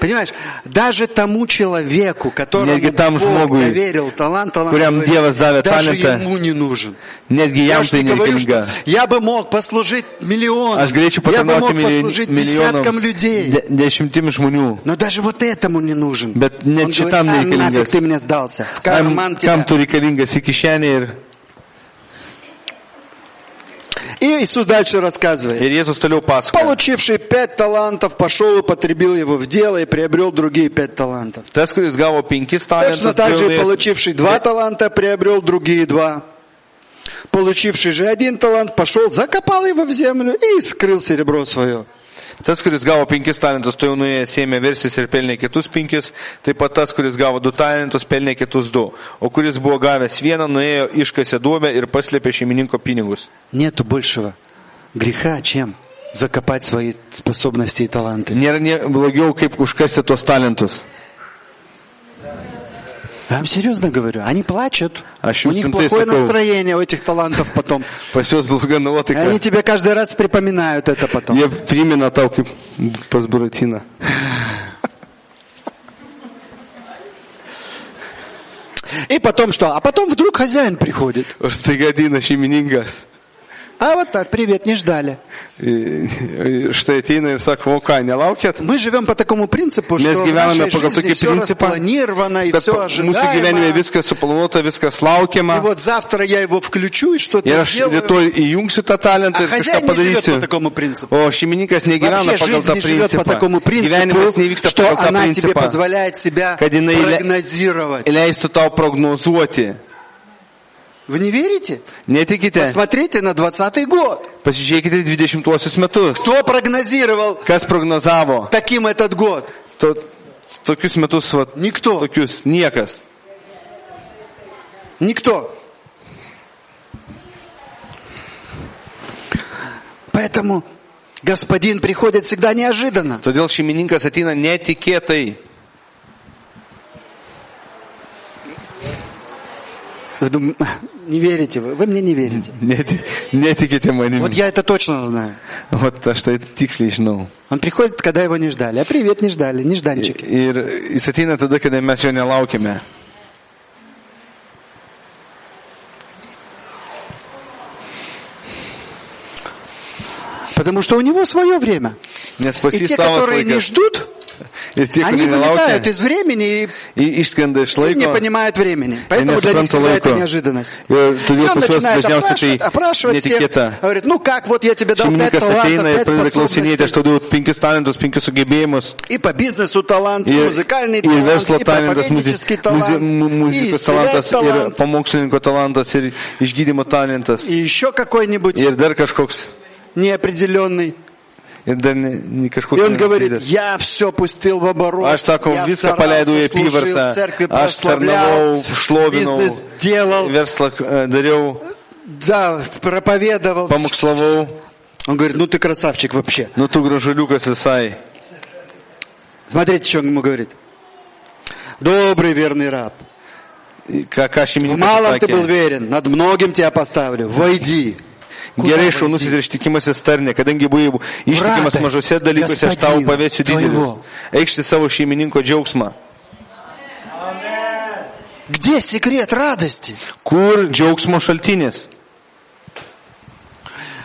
A: Понимаешь, даже тому человеку, которому
B: Netgi tam
A: Бог
B: žmogui,
A: доверил талант, талант
B: kuriam
A: говорит,
B: Dievas davė
A: даже
B: talentą,
A: ему не нужен.
B: Netgi
A: Я
B: jam
A: ж
B: tai
A: не говорю,
B: nereikalinga.
A: что я бы мог послужить миллионам,
B: Aš galėčiau
A: я бы мог
B: patarnauti
A: послужить десяткам
B: milijonams,
A: людей.
B: de, dešimtim žmonių.
A: Но даже вот этому не нужен.
B: Bet
A: Он
B: net
A: говорит,
B: šitam
A: «А, нафиг
B: nereikalingas.
A: ты мне сдался. В
B: Kam,
A: карман тебя».
B: kam tu reikalingas į kišenį ir,
A: И Иисус дальше рассказывает.
B: ir Jėzus toliau pasakoja.
A: Получивший пять талантов, пошел и потребил его в дело и приобрел другие пять талантов.
B: Tas, kuris gavo penkis
A: Точно
B: talentus,
A: так
B: vėl
A: же и
B: jas-
A: получивший два таланта, приобрел другие два. Получивший же один талант, пошел, закопал его в землю и скрыл серебро свое.
B: Tas, kuris gavo penkis talentus, tai jau nuėjo, sėmė versis ir pelnė kitus penkis, taip pat tas, kuris gavo du talentus, pelnė kitus du, o kuris buvo gavęs vieną, nuėjo iškasė duobę ir paslėpė šeimininko pinigus.
A: Нету большего греха, чем закопать свои способности и таланты.
B: Nėra nie, blogiau, kaip užkasti tuos talentus.
A: Я вам серьезно говорю, они плачут.
B: А еще
A: у них
B: синтез
A: плохое
B: такого.
A: настроение у этих талантов потом.
B: Pas juos bloga
A: И Они
B: nuotaika.
A: тебе каждый раз припоминают это потом.
B: Jie primina tau kaip pas Buratina.
A: И потом что? А потом вдруг хозяин приходит.
B: Aš tai gadina šeimininkas.
A: А вот так, привет, не ждали.
B: I- i- Štai ateina ir sako, o ką, nelaukėt?
A: Мы живем по такому принципу,
B: Mes
A: что в
B: gyvename
A: нашей
B: pagal
A: жизни
B: tokį
A: все
B: principą,
A: распланировано и
B: kad
A: все
B: pa- mūsų gyvenime
A: ожидаемо.
B: viskas suplanuota, viskas
A: И
B: laukiama.
A: вот завтра я его включу и
B: Ir
A: что-то
B: aš
A: сделаю.
B: rytoj įjungsiu
A: э,
B: tą
A: А
B: talentą ir kažką
A: хозяин не живет
B: padarysiu.
A: по такому принципу.
B: O šeimininkas negyvena
A: Вообще
B: pagal tą
A: жизнь не живет по
B: principą.
A: такому
B: Gyvenimas nevyksta
A: принципу, что
B: pagal tą
A: она тебе
B: principą.
A: позволяет себя
B: Kad jinai le-
A: прогнозировать.
B: Leistų tau prognozuoti.
A: Вы не верите?
B: Netikite,
A: Посмотрите на 20 год.
B: pasižiūrėkite 20 metus.
A: Кто прогнозировал
B: Kas prognozavo
A: таким этот год?
B: to, tokius metus, va,
A: Никто.
B: tokius niekas.
A: Никто. Поэтому господин приходит всегда неожиданно.
B: Todėl šeimininkas ateina netikėtai.
A: Вы дум- Не верите вы, вы мне не верите.
B: Neti, netikite manimi.
A: Вот я это точно знаю.
B: Vat aš tai tiksliai žinau.
A: Он приходит, когда его не ждали. А привет, не ждали,
B: I-
A: нежданчики.
B: Ir jis ateina tada, kada mes jo nelaukime.
A: Потому что у него свое время.
B: Nes
A: И те,
B: pasisavas
A: которые не
B: laikas.
A: ждут,
B: Ir tie,
A: они
B: kurie
A: вылетают
B: nelaukia,
A: из времени
B: i- išskrenda iš
A: и не
B: laiko.
A: понимают времени. Поэтому
B: Они
A: для них
B: просто
A: всегда это
B: лайкают.
A: неожиданность.
B: Ir
A: И
B: todėl
A: он
B: pas juos
A: начинает
B: dažniausiai
A: опрашивать,
B: tai
A: опрашивать всех.
B: netikėta.
A: Говорит, ну как, вот я тебе дал пять
B: Šeimininkas
A: талантов,
B: ateina ir
A: пять
B: pradeda klausinėti, aš
A: способностей.
B: tau duodu penkis talentus, penkis sugebėjimus.
A: И по бизнесу талант, и,
B: Ir,
A: музыкальный
B: ir
A: талант,
B: verslo
A: и
B: talentas,
A: проповеднический
B: muzi-
A: талант,
B: muzi- mu-
A: и
B: muzikos talentas, ir
A: талант,
B: pamokslininko talentas, ir išgydymo talentas.
A: и еще какой-нибудь
B: Ir dar kažkoks,
A: неопределенный.
B: ir dar ne, ne
A: И
B: kažkoks.
A: он говорит,
B: nenuskridęs.
A: я все пустил в оборот.
B: Aš sakau,
A: я
B: viską
A: старался,
B: paleidau į
A: служил,
B: apyvartą,
A: в церкви
B: aš
A: прославлял,
B: tarnavau, šlovinau,
A: бизнес делал,
B: verslą
A: э,
B: e, dariau,
A: да, проповедовал.
B: pamokslavau,
A: Он говорит, ну ты красавчик вообще.
B: nu tu gražuliukas visai.
A: Смотрите, что он ему говорит. Добрый верный раб.
B: Ką, ką
A: В малом
B: šeimininkas
A: ты был
B: sakė.
A: верен, над многим тебя поставлю. Войди.
B: Gerai, šaunus
A: tai-
B: ir ištikimasis tarnė, kadangi buvai ištikimas
A: Ratas,
B: mažose dalykuose, aš tau
A: Gospodine,
B: pavėsiu didelius.
A: tvojevo.
B: Eikšti savo šeimininko džiaugsmą.
A: Где секрет радости?
B: Kur džiaugsmo šaltinis?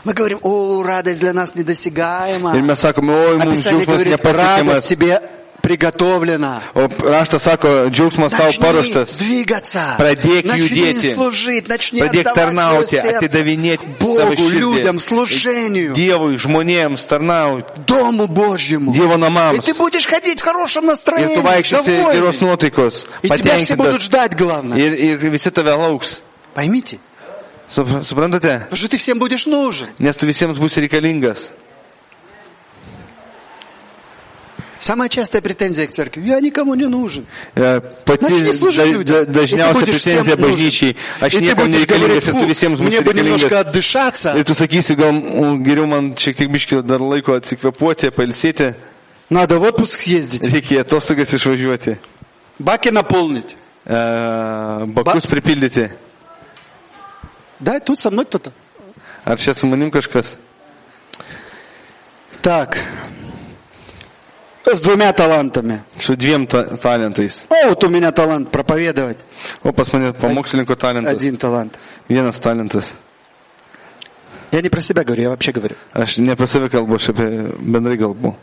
A: Мы говорим, о, радость для нас недосягаема.
B: Ir mes sakome, oi,
A: А
B: mums
A: Писание
B: džiaugsmas
A: говорит, радость
B: nepasiekiamas.
A: тебе приготовлена.
B: O raštas sako, džiaugsmas tau
A: Начни
B: paruoštas.
A: двигаться,
B: Pradėk
A: начни
B: judėti.
A: служить, начни
B: Pradėk
A: отдавать
B: tarnauti,
A: свое сердце
B: atidavinėti savo
A: Богу,
B: širdį.
A: людям, служению,
B: Dievui, žmonėms tarnauti,
A: Дому Божьему.
B: Dievo
A: И
B: намams.
A: ты будешь ходить в хорошем
B: Ir
A: настроении,
B: tu vaikščiosi
A: довольный.
B: geros nuotaikos,
A: И тебя все будут
B: patenkintas.
A: ждать, главное.
B: Ir, ir visi tave lauks.
A: Поймите,
B: Sup- Suprantate?
A: потому что ты всем будешь нужен.
B: Nes tu visiems būsi reikalingas.
A: Самая частая претензия к церкви – я никому не нужен.
B: E, Pati
A: Начни служить
B: da-
A: людям,
B: da- dažniausia
A: и ты будешь всем
B: pretenzija
A: нужен.
B: bažnyčiai.
A: И
B: Aš
A: ты
B: niekam
A: будешь говорить,
B: nereikalingas, ir tu
A: фу,
B: visiems
A: мне
B: būsi
A: бы немножко
B: reikalingas.
A: отдышаться,
B: Ir tu sakysi, gal mm, geriau man šiek tiek biškį dar laiko atsikvepuoti, pailsėti,
A: надо в отпуск съездить,
B: reikia į atostogas išvažiuoti, e,
A: баки наполнить.
B: bakus pripildyti.
A: Да, тут со мной кто-то.
B: Ar čia su manim kažkas?
A: Так, с двумя талантами.
B: Su dviem ta talentais.
A: О, вот у меня талант проповедовать.
B: O pas mane pamokslininko talentas.
A: Один талант.
B: Vienas talentas.
A: Я не про себя говорю, я вообще говорю.
B: Aš ne apie save kalbu, aš apie bendrai kalbu.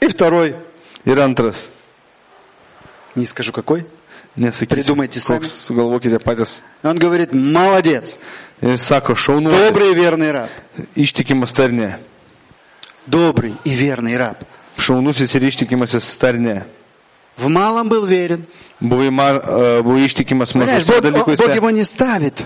A: И второй,
B: Ir antras.
A: не скажу какой,
B: Nesakysiu.
A: Pridumайте sami.
B: koks, sugalvokite patys.
A: он говорит, молодец,
B: Ir sako, šaunu,
A: добрый и верный раб.
B: ištikimas tarnė.
A: Добрый и верный раб.
B: Šaunusis ir ištikimasis tarnė.
A: В малом был верен.
B: Buvai, mar, e, buvai ištikimas
A: Понимаешь,
B: mažose
A: Бог, он- Бог
B: dalykuose.
A: его не ставит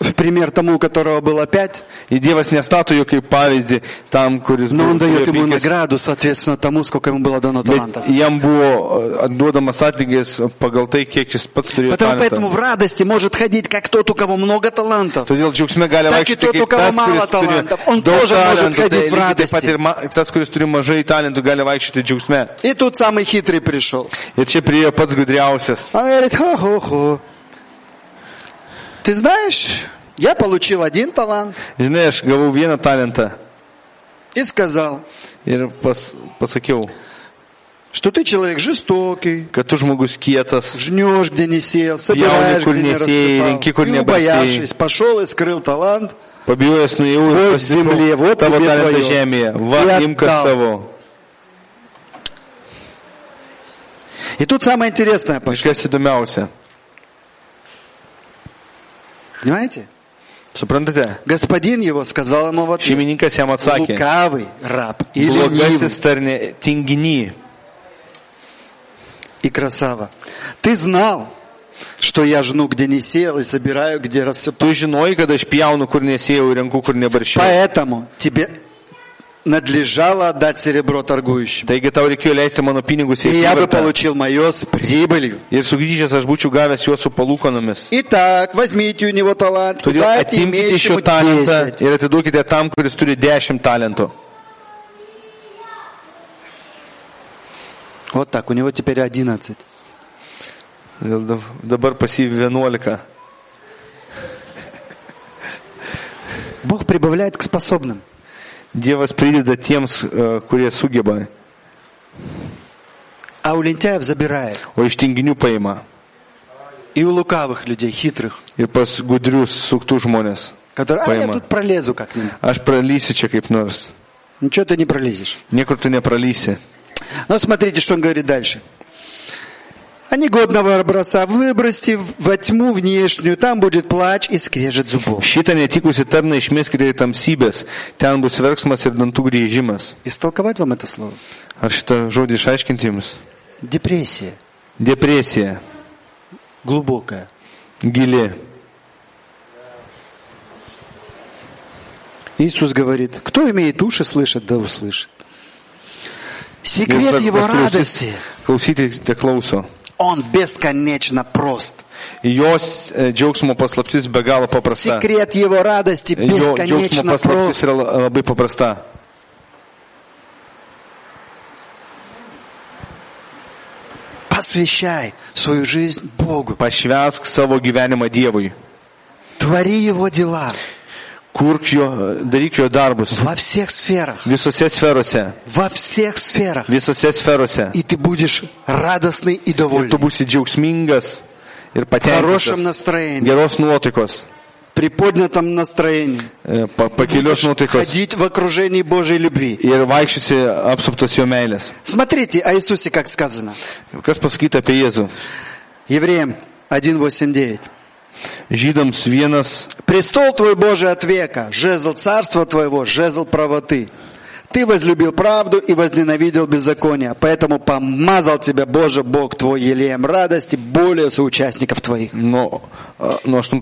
A: в пример тому, у которого было пять,
B: Ir Dievas nestato jo kaip pavyzdį tam, kuris
A: но он
B: turėjo
A: дает ему
B: penkias,
A: награду, соответственно, тому, сколько ему было дано талантов.
B: bet jam buvo e, atduodamas atlygis pagal tai, kiek jis pats turėjo.
A: Потому, поэтому
B: talento.
A: в радости может ходить как тот, у кого много талантов.
B: Todėl džiaugsme gali
A: Так
B: vaikščioti
A: ir to,
B: kaip
A: to,
B: tas,
A: kam
B: kuris
A: mala
B: turi
A: talentų. On
B: daug
A: тоже может
B: talentų,
A: ходить в
B: tai lygiai taip pat
A: радости.
B: ir ma, tas, kuris turi mažai talentų, gali vaikščioti džiaugsme.
A: И тут самый хитрый пришел.
B: Ir čia priejo pats gudriausias.
A: Он говорит, хо-хо-хо. Ты знаешь, я получил один талант
B: Žinai, aš gavau vieną talentą
A: и сказал,
B: ir pas, pasakiau,
A: что ты человек жестокий,
B: kad tu žmogus kietas.
A: жнешь, где не сел, собираешь,
B: кур
A: где
B: не
A: не
B: сей,
A: рассыпал.
B: рынки кур
A: И
B: не
A: убоявшись, пошел и скрыл талant.
B: Pabijojęs nuėjau ir
A: Vot
B: pasitikau
A: zemlė, vot
B: tavo
A: тебе
B: talentą
A: твое.
B: žemėje. Va,
A: Ir
B: imkas
A: atgal.
B: tavo.
A: И тут самое интересное, пошло.
B: Ir kas įdomiausia.
A: понимаете?
B: Suprantate?
A: Господин его сказал ему вот
B: Šeimininkas jam atsakė.
A: лукавый раб и ленивый
B: Blogasis tarnė tinginy.
A: и красава. Ты знал, что я жну, где не сел, и собираю, где рассыпал.
B: Tu žinojai, kad aš pjaunu, kur nesėjau ir renku, kur nebaršiau.
A: Поэтому тебе надлежало отдать серебро торгующим.
B: Taigi tau reikėjo leisti mano pinigus į
A: И я бы
B: apyvartą.
A: получил мое с прибылью.
B: Ir sugrįžęs aš būčiau gavęs juos su palūkanomis.
A: Итак, возьмите у него талант, и
B: Todėl
A: дайте
B: atimkite iš jo
A: имеющему
B: talentą
A: 10.
B: ir atiduokite tam, kuris turi dešimt talentų.
A: Вот так, у него теперь 11.
B: Todėl dab- Dabar pasi 11.
A: Бог прибавляет к способным.
B: Dievas prideda tiems, e, kurie sugeba,
A: А у лентяев забирает.
B: o iš tinginių paima.
A: И у лукавых людей, хитрых,
B: Ir pas gudrius suktų žmonės.
A: которые, а я
B: Пойма.
A: тут пролезу как-нибудь.
B: Aš pralysiu čia kaip nors.
A: Ничего ты не пролезешь.
B: Niekur tu nepralysi.
A: Но смотрите, что он говорит дальше. А негодного образца выбросьте во тьму внешнюю, там будет плач и скрежет зубов.
B: Šitą netikusi tarną išmeskite į tamsybės. Ten bus verksmas ir dantų grįžimas.
A: Истолковать вам это слово?
B: Ar šitą žodį išaiškinti jums?
A: Депрессия
B: Depresija.
A: глубокая.
B: Gili.
A: Иисус говорит, кто имеет уши, слышит, да услышит. Секрет
B: Jūs
A: его
B: dar
A: радости,
B: Klausyti te klauso.
A: он бесконечно прост.
B: Jos e, džiaugsmo paslaptis be galo paprasta.
A: Секрет его радости
B: Jo džiaugsmo
A: бесконечно
B: paslaptis
A: прост.
B: yra la- labai paprasta.
A: Посвящай свою жизнь Богу.
B: Pašvesk savo gyvenimą Dievui.
A: Твори его дела
B: Kurk jo, e, daryk jo darbus.
A: во всех сферах.
B: Visose sferose.
A: Во всех сферах.
B: Visose sferose.
A: И ты будешь радостный и
B: Ir tu
A: довольный.
B: būsi džiaugsmingas ir
A: В хорошем
B: patenkintas.
A: настроении.
B: Geros nuotaikos.
A: при поднятом настроении.
B: e, pa- pakilios nuotaikos
A: Ходить в окружении Божьей любви.
B: ir vaikščiusi apsuptos jo meilės.
A: Смотрите о Иисусе, как сказано.
B: Kas pasakyti apie Jėzų?
A: Евреям 1.8.9.
B: Žydams vienas
A: Престол твой Божий от века, жезл царства твоего, жезл правоты. Ты возлюбил правду и возненавидел беззаконие, поэтому помазал тебя Боже Бог твой елеем радости более соучастников твоих.
B: Nuo, a, nuo 8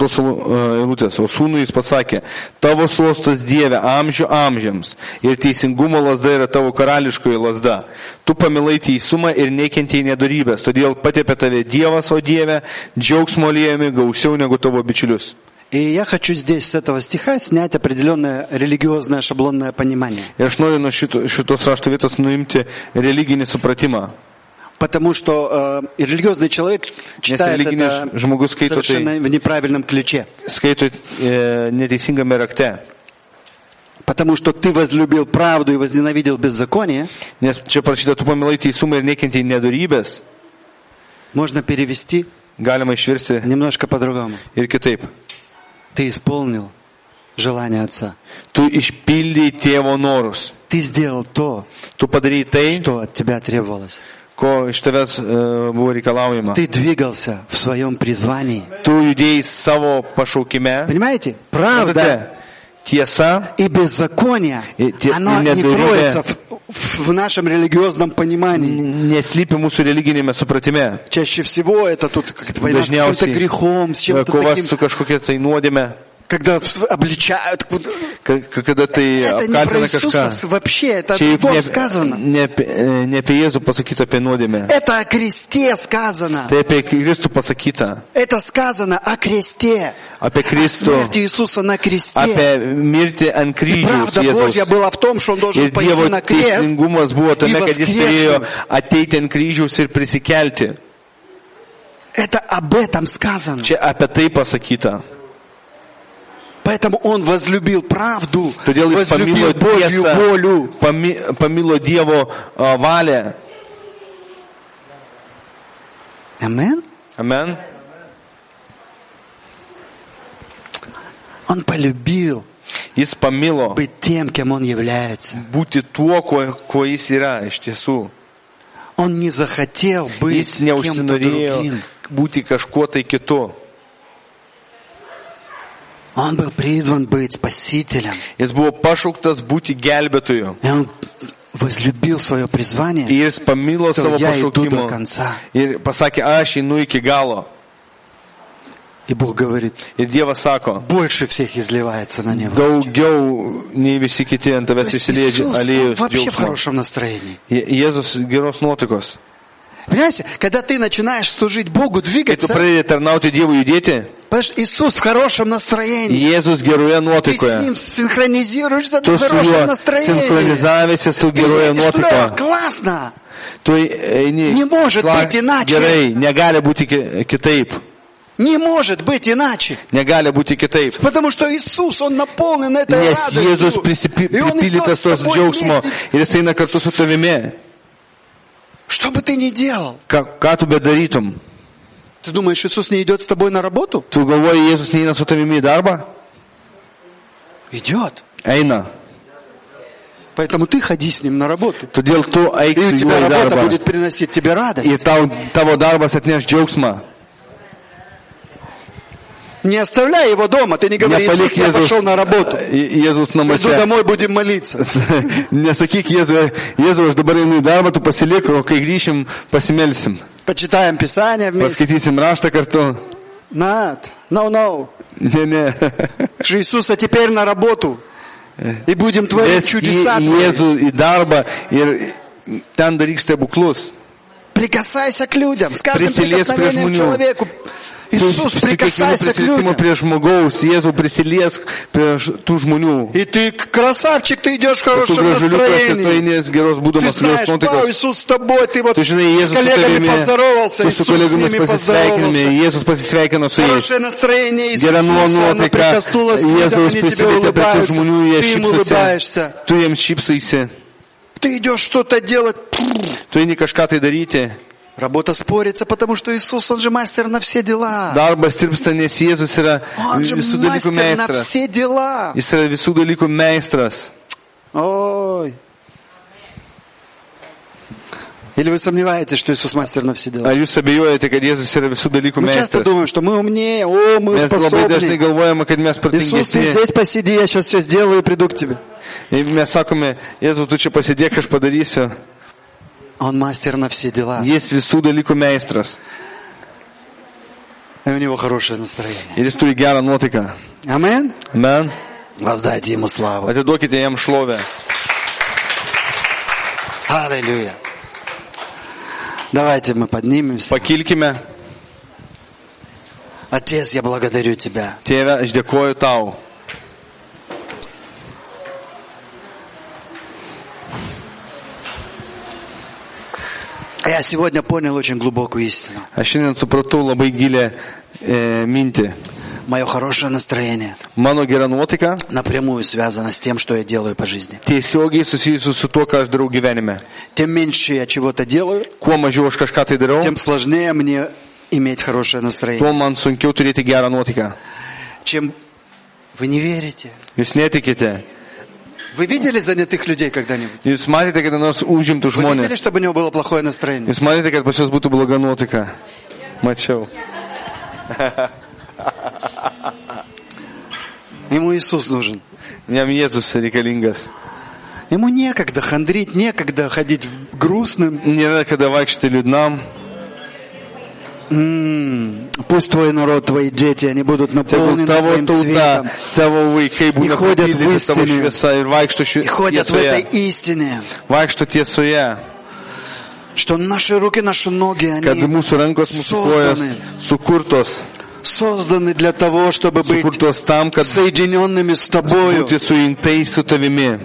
B: eilutės, o sūnui jis pasakė, tavo sostas Dieve amžių amžiams ir teisingumo lasda yra tavo karališkoji lasda. Tu pamilai teisumą ir nekentėjai nedarybės, todėl patepė tave Dievas, o Dieve, džiaugsmo liejami gausiau negu tavo bičiulius.
A: И я хочу здесь с этого стиха снять определенное религиозное шаблонное понимание.
B: Ir aš noriu nuo šito, šitos rašto vietos nuimti religinį supratimą.
A: Потому что э, религиозный человек читает
B: религийный
A: это
B: ж- жмугу скейт, вот и-
A: совершенно в неправильном ключе.
B: Skaito e, neteisingame rakte.
A: Потому что ты возлюбил правду и возненавидел беззаконие,
B: Nes čia parašyta, tu pamilai teisumą ir nekentėjai nedarybės.
A: можно перевести
B: Galima išvirsti
A: немножко по-другому.
B: ir kitaip.
A: Ты исполнил желание Отца.
B: Tu išpildai tėvo norus.
A: Ты сделал то,
B: Tu padarai tai,
A: что от тебя требовалось.
B: ko iš tavęs e, buvo reikalaujama.
A: Ты двигался в своем призвании.
B: Tu judėjai savo pašaukime.
A: Понимаете?
B: Suprantate?
A: Правда
B: Tiesa
A: и беззаконие,
B: И те-
A: оно
B: и
A: не
B: недоверие.
A: кроется в, в- в нашем религиозном понимании.
B: neslypi mūsų religinėme supratime.
A: Чаще всего это тут как-то война с каким-то
B: Dažniausiai
A: грехом, с
B: e,
A: чем-то
B: kova
A: таким,
B: su kažkokia tai nuodėme,
A: когда в- обличают. вот.
B: ka- ka- kada tai
A: Это не про
B: apkaltina
A: Иисуса
B: kažką.
A: с- вообще, это о
B: Čia juk
A: Бог
B: ne,
A: сказано.
B: ne, apie- e, ne apie Jėzų pasakyta apie nuodėmę.
A: Это о кресте сказано.
B: Tai apie Kristų pasakyta.
A: Это сказано о кресте.
B: Apie Kristų.
A: Смерти Иисуса на кресте.
B: Apie mirtį ant
A: И
B: kryžiaus.
A: правда Божья
B: Jėzaus.
A: была в том, что он должен
B: Ir
A: пойти
B: Dievo
A: на крест.
B: teisingumas buvo tame,
A: и
B: kad jis
A: воскреснуть.
B: turėjo ateiti ant kryžiaus ir prisikelti.
A: Это об этом сказано.
B: Čia apie tai pasakyta.
A: Поэтому он возлюбил правду,
B: Todėl jis pamilo
A: возлюбил Божью
B: Dievą,
A: волю.
B: pami, pamilo Dievo a, valią.
A: Амен.
B: Amen.
A: Он полюбил
B: Jis pamilo
A: быть тем, кем он является.
B: būti tuo, kuo, kuo jis yra iš tiesų.
A: Он не захотел
B: Jis
A: быть кем-то
B: neužsinorėjo
A: другим.
B: būti kažkuo tai kitu.
A: Он был призван быть спасителем.
B: Jis buvo pašauktas būti gelbėtoju.
A: И он возлюбил свое призвание.
B: Ir jis pamilo
A: Сказал,
B: savo
A: я иду до
B: pašaukimą.
A: конца.
B: Ir pasakė, aš einu iki galo.
A: И Бог говорит,
B: Ir Dievas sako,
A: больше всех изливается на него.
B: daugiau nei visi kiti ant
A: То
B: tavęs
A: есть
B: įsileidžia
A: Иисус, он
B: aliejus.
A: вообще в
B: džiaugsmo.
A: хорошем настроении.
B: Je- Jėzus geros nuotaikos.
A: Понимаете, когда ты начинаешь служить Богу,
B: Kai tu
A: двигаться,
B: pradedi tarnauti Dievui judėti,
A: потому что Иисус в хорошем настроении.
B: Jėzus geroje
A: Ты с
B: nuotaikoje.
A: Ним синхронизируешься, ты
B: Tu
A: в
B: su
A: хорошем
B: juo
A: настроении.
B: sinchronizavėsi su
A: Ты
B: geroje
A: едешь, «Клево,
B: nuotaikoje.
A: классно.
B: Tu eini.
A: Ne može
B: kla-
A: būti inače.
B: Gerai, negali būti ki- kitaip.
A: Не может быть иначе.
B: Negali būti kitaip.
A: Потому что Иисус, Он наполнен этой
B: Nes Jėzus
A: радостью.
B: prisipi-
A: И Он идет
B: pripildytas
A: с
B: tos
A: тобой
B: džiaugsmo
A: вместе.
B: ir jis eina kartu su tavimi.
A: Что бы ты ни делал,
B: Ką, ką tu bedarytum?
A: ты думаешь, Иисус не идет с тобой на работу?
B: Tu galvoji, Jėzus neina su tavimi į darbą?
A: Идет.
B: Eina.
A: Поэтому ты ходи с Ним на работу.
B: Todėl tu eik
A: И у
B: su juo
A: тебя
B: į
A: работа
B: darbą.
A: будет приносить тебе
B: Ir
A: радость.
B: tau, tavo darbas atneš džiaugsmą.
A: Не оставляй его дома. Ты не говори,
B: Nepalik
A: Иисус, я
B: Jėzus,
A: пошел на работу.
B: Jė- Jėzus
A: Приду
B: namuose.
A: домой, будем молиться.
B: Nesakyk Jėzui, Jėzau, aš dabar einu į darbą, tu pasilik, o kai grįšim, pasimelsim.
A: Почитаем Писание вместе.
B: Paskaitysim раштą карtu.
A: Над. No, no.
B: Ne, ne.
A: Же Иисуса теперь на работу. И будем творить
B: Ves
A: чудеса.
B: į
A: твои.
B: Jėzų į darbą ir ten daryk stebuklus.
A: Прикасайся к людям. С каждым
B: Присели с
A: прикосновением к
B: прижмуню.
A: человеку.
B: Tu
A: Иисус,
B: su kiekvienu
A: прикасайся к
B: prisilietimu
A: людям.
B: prie žmogaus, Jėzų prisiliesk prie ž- tų žmonių.
A: И ты красавчик, ты идешь в
B: Tu
A: хорошем
B: gražuliukas ir tu
A: настроении.
B: eini geros
A: Ты
B: būdamas geros
A: знаешь, вау,
B: nuotaikos.
A: Иисус с тобой, ты вот
B: Tu žinai,
A: с
B: Jėzus su
A: коллегами
B: tavimi,
A: поздоровался,
B: tu su
A: Иисус с
B: kolegomis
A: ними
B: pasisveikinome,
A: поздоровался.
B: Jėzus pasisveikino su jais.
A: Хорошее настроение Иисуса,
B: Gera nuo-
A: оно
B: nuotaika,
A: прикоснулось к людям,
B: Jėzaus
A: они тебе
B: prisilietė prie tų
A: улыбаются,
B: žmonių, jie
A: ты им
B: šypsosi,
A: улыбаешься.
B: tu jiems šypsaisi,
A: Ты идешь что-то делать,
B: tu eini kažką tai daryti,
A: Работа спорится, потому что Иисус, Он же мастер на все дела.
B: Darbas tirpsta, nes Jėzus yra
A: Он же
B: visų dalykų
A: мастер на
B: meistras.
A: все дела.
B: Jis yra visų dalykų meistras.
A: Ой. Или вы сомневаетесь, что Иисус мастер на все дела?
B: Ar jūs abejojate, kad Jėzus yra visų dalykų
A: Мы часто
B: meistras?
A: думаем, что мы умнее, о, мы
B: Mes labai
A: способны.
B: dažnai galvojame, kad mes
A: Иисус, ты
B: protingesni.
A: здесь посиди, я сейчас все сделаю и приду к тебе.
B: Ir Mes sakome, Jėzau, tu čia pasidėk, aš padarysiu.
A: Он мастер на все дела.
B: Jis visų dalykų meistras.
A: И у него хорошее настроение.
B: Ir jis turi gerą nuotaiką.
A: Амен.
B: Amen.
A: Воздайте ему славу.
B: Atiduokite jam šlovę.
A: Аллилуйя. Давайте мы поднимемся.
B: Pakilkime.
A: Отец, я благодарю тебя.
B: Tėve, aš dėkoju tau.
A: Я сегодня понял очень глубокую истину.
B: Aš šiandien supratau labai gilę e, mintį.
A: Мое хорошее настроение
B: Mano gera nuotaika
A: напрямую связано с тем, что я делаю по жизни.
B: tiesiogiai susijusi su tuo, ką aš darau gyvenime.
A: Тем меньше я чего-то делаю,
B: Kuo mažiau aš kažką tai darau,
A: тем сложнее мне иметь хорошее настроение.
B: tuo man sunkiau turėti gerą nuotaiką.
A: Чем вы не верите.
B: Jūs netikite.
A: Вы видели занятых людей когда-нибудь?
B: Jūs matėte, kad nors užimtų
A: Вы видели,
B: žmonės.
A: чтобы у него было плохое настроение?
B: Jūs matėte, kad pas jūs būtų bloga nuotaika. Mačiau.
A: Ему Иисус нужен.
B: Jam Jėzus reikalingas.
A: Ему некогда хандрить, некогда ходить в- грустным.
B: Nėra kada vaikščioti liūdnam.
A: Пусть твой народ, твои дети, они будут
B: Tegul
A: наполнены
B: tavo
A: твоим
B: tauta,
A: светом.
B: tavo vaikai būna
A: Įchodėt
B: papildyti tavo
A: vaistinėje.
B: šviesą ir vaikšto
A: И ходят в
B: šviesoje.
A: этой истине,
B: Vaikšto tiesoje,
A: что наши руки, наши ноги,
B: kad
A: они
B: mūsų rankos, mūsų kojos
A: Созданы.
B: sukurtos,
A: созданы для того, чтобы быть
B: sukurtos tam, kad
A: соединенными с тобою.
B: būti suimtais su tavimi.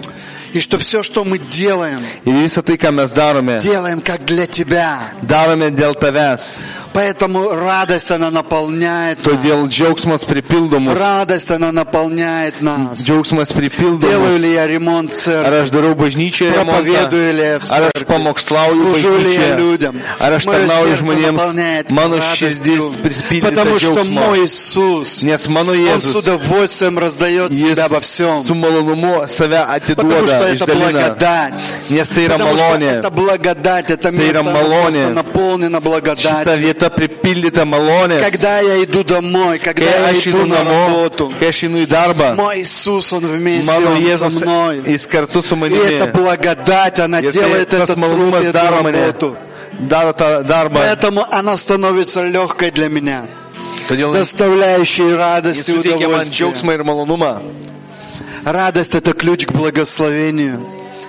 A: И что все, что мы делаем,
B: Ir visą tai, ką mes darome,
A: делаем как для тебя.
B: darome dėl tavęs.
A: Поэтому радость, она наполняет нас.
B: Todėl džiaugsmas pripildo mus.
A: Радость, она наполняет нас.
B: Džiaugsmas pripildo
A: Делаю
B: mus.
A: ли я ремонт в
B: Ar
A: церкви?
B: aš darau bažnyčią remontą?
A: Проповедую ли я в
B: Ar aš
A: церкви?
B: pamokslauju
A: Служу ли я
B: bažnyčioje?
A: людям?
B: Ar aš
A: Мое
B: tarnauju
A: сердце
B: žmonėms?
A: наполняет
B: Mano
A: радостью,
B: širdis prispildyta
A: потому что
B: džiaugsmo.
A: мой Иисус,
B: Nes mano
A: Он с
B: Jėzus,
A: удовольствием раздает
B: jis
A: себя во всем,
B: su malonumu save
A: потому что
B: atiduoda,
A: это
B: išdalina.
A: благодать.
B: Nes tai yra
A: Потому что
B: malonė.
A: это благодать, это место
B: yra
A: оно просто
B: malonė.
A: наполнено
B: Šita
A: благодатью.
B: vieta pripildyta malonės.
A: Когда я иду домой, когда
B: Kai
A: я
B: aš einu
A: иду на
B: namo,
A: работу,
B: kai aš einu į darbą,
A: мой Иисус, Он вместе,
B: mano
A: Он со
B: Jėzus,
A: мной.
B: jis kartu su
A: И эта
B: manimi.
A: благодать, она
B: Ir tai-
A: делает
B: tas
A: этот труд,
B: malonumas
A: эту
B: daro mane.
A: работу.
B: Daro tą darbą.
A: Поэтому она становится легкой для меня,
B: Todėl jis
A: доставляющей радость и
B: suteikia man
A: удовольствие.
B: džiaugsmą ir malonumą.
A: Радость – это ключ к благословению.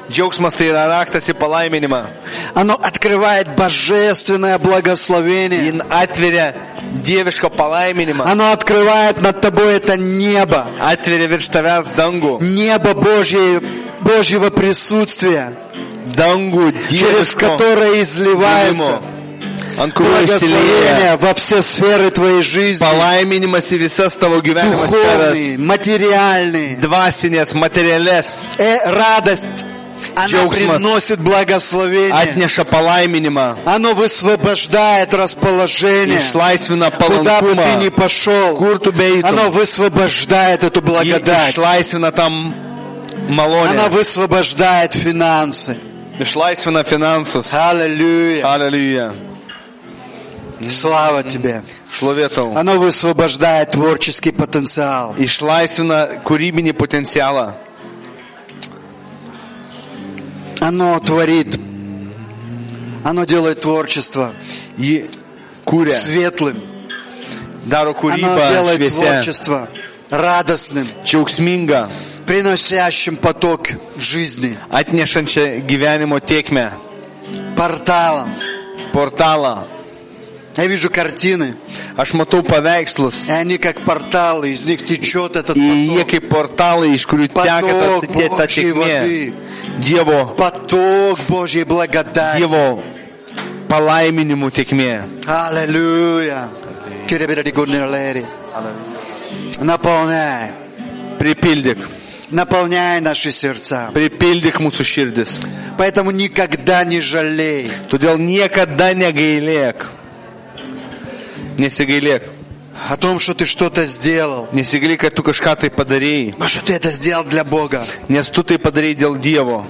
B: Džiaugsmas tai yra raktas į palaiminimą.
A: Оно открывает божественное благословение.
B: Jis atveria dievišką palaiminimą.
A: Оно открывает над тобой это небо.
B: Atveria virš tavęs dangų.
A: Небо Божье, Божьего присутствия,
B: Dangų
A: через
B: dieviško
A: которое изливается
B: buvimo, ant kurio išsilieja
A: благословение во все сферы твоей жизни.
B: palaiminimas į visas tavo gyvenimo sferas.
A: Духовные, материальные.
B: Dvasinės, materialės
A: Э, радость, она
B: Дёгсмас.
A: приносит благословение.
B: atneša palaiminimą,
A: Оно высвобождает расположение,
B: išlaisvina
A: куда бы ты
B: palankumą,
A: ни пошел.
B: kur tu
A: Оно
B: beitum,
A: высвобождает эту
B: Ji
A: благодать.
B: išlaisvina tam
A: Она
B: malonę,
A: высвобождает финансы.
B: išlaisvina finansus.
A: Аллилуйя.
B: Aleliuja.
A: Слава тебе.
B: Šlovė tau.
A: Оно высвобождает творческий потенциал.
B: Išlaisvina kūrybinį potencialą.
A: Оно творит. Oно делает творчество
B: Ji kūrė,
A: светлым.
B: daro
A: Оно
B: kūrybą
A: делает
B: šviesę,
A: творчество радостным,
B: džiaugsmingą,
A: приносящим поток жизни,
B: atnešančią gyvenimo tiekmę,
A: порталом.
B: portalą.
A: Я вижу картины,
B: Aš matau paveikslus.
A: и они как порталы, из них течет этот
B: Ir jie
A: поток.
B: kaip portalai, iš kurių teka ta-
A: Поток
B: tie- ta
A: Божьей
B: tiekmė.
A: воды,
B: Dievo,
A: поток Божьей благодати.
B: Dievo palaiminimų tiekmė.
A: Аллилуйя. Киребериди гуднерлери. Наполняй.
B: Pripildyk.
A: наполняй наши сердца.
B: pripildyk mūsų širdis.
A: Поэтому никогда не жалей.
B: Todėl niekada negailėk. Nesigailėk.
A: о том, что ты что-то сделал.
B: Nesigailėk, kad tu kažką tai padarėjai.
A: А что ты это сделал для Бога.
B: Nes tu tai padarėjai dėl Dievo.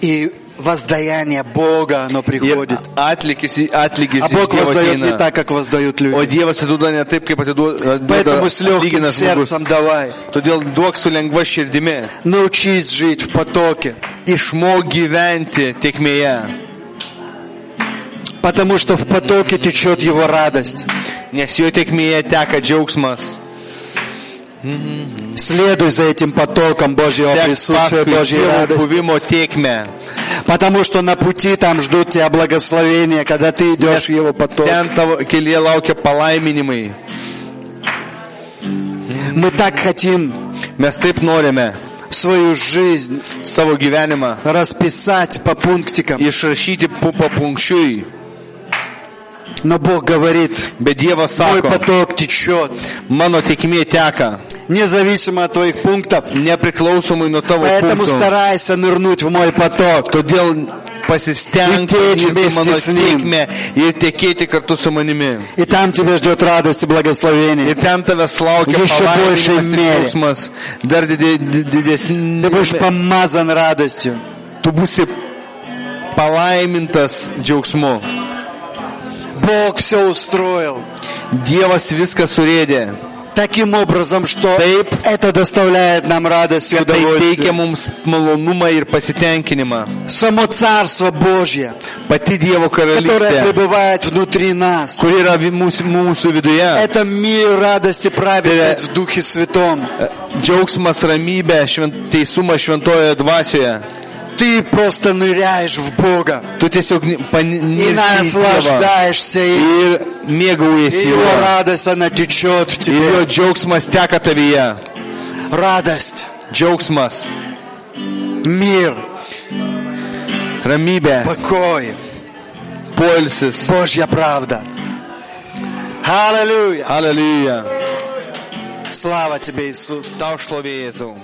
A: И воздаяние Бога, оно
B: Ir
A: приходит.
B: atlygis, į- atlygis
A: А
B: iš
A: Бог
B: Dievo
A: воздает не
B: ateina.
A: так, как воздают
B: O
A: люди.
B: Dievas atiduoda ne taip, kaip atiduoda
A: Поэтому с легким
B: atlygina žmogus.
A: сердцем давай.
B: Todėl duok su lengva širdimi.
A: Научись жить в потоке.
B: Išmok gyventi tiekmėje.
A: Потому что в потоке течет Его радость.
B: Nes jo tiekmėje teka džiaugsmas.
A: Следуй за этим потоком Божьего
B: Sek
A: присутствия,
B: paskui
A: Божьей
B: Dievo
A: радости.
B: buvimo tiekmę.
A: Потому что на пути там ждут тебя благословения, когда ты идешь в Его поток.
B: Ten tavo kelyje laukia palaiminimai.
A: Мы так хотим
B: Mes taip norime
A: свою жизнь
B: savo gyvenimą
A: расписать по пунктикам.
B: išrašyti pupa punkščiui.
A: Но Бог говорит,
B: Bet Dievas
A: Твой
B: sako,
A: поток течет,
B: mano tiekmė teka,
A: независимо от твоих пунктов.
B: nepriklausomai nuo tavo
A: Поэтому
B: punktų.
A: старайся нырнуть в мой поток.
B: Todėl pasistengti
A: Ir tėčiu
B: ir mano
A: vestis link.
B: sėkmę ir tekėti kartu su manimi.
A: И там тебя ждет радость и
B: Ir
A: благословение.
B: ten tavęs laukia
A: Jis čia buvo
B: palaiminimas ir
A: šeimėlė.
B: džiaugsmas, dar dide- di-
A: Ты будешь
B: didesnis.
A: помазан радостью.
B: Tu būsi palaimintas džiaugsmu.
A: Бог все устроил
B: Dievas viską surėdė.
A: таким образом, что
B: Taip.
A: это доставляет нам радость и
B: Tai teikia
A: удовольствие.
B: mums malonumą ir pasitenkinimą.
A: Само Царство Божье,
B: Pati Dievo
A: которое
B: karalystė,
A: пребывает внутри нас.
B: kuri yra vi- mūsų, mūsų viduje.
A: Это мир радости праведность в Духе Святом.
B: Džiaugsmas, ramybė, švent, teisumas šventojoje dvasioje.
A: Ты просто ныряешь в Бога.
B: Tu tiesiog ni- pani-
A: И
B: nirsi į Dievą
A: наслаждаешься им.
B: ir
A: И
B: mėgaujasi
A: Его
B: juo.
A: радость, она течет в
B: Ir
A: тебе.
B: jo džiaugsmas teka tavyje.
A: Радость,
B: Džiaugsmas,
A: мир,
B: ramybė,
A: покой,
B: poilsis.
A: Божья правда. Аллилуйя!
B: Aleliuja.
A: Слава тебе, Иисус!
B: Tau šlovėjai, Jėzau.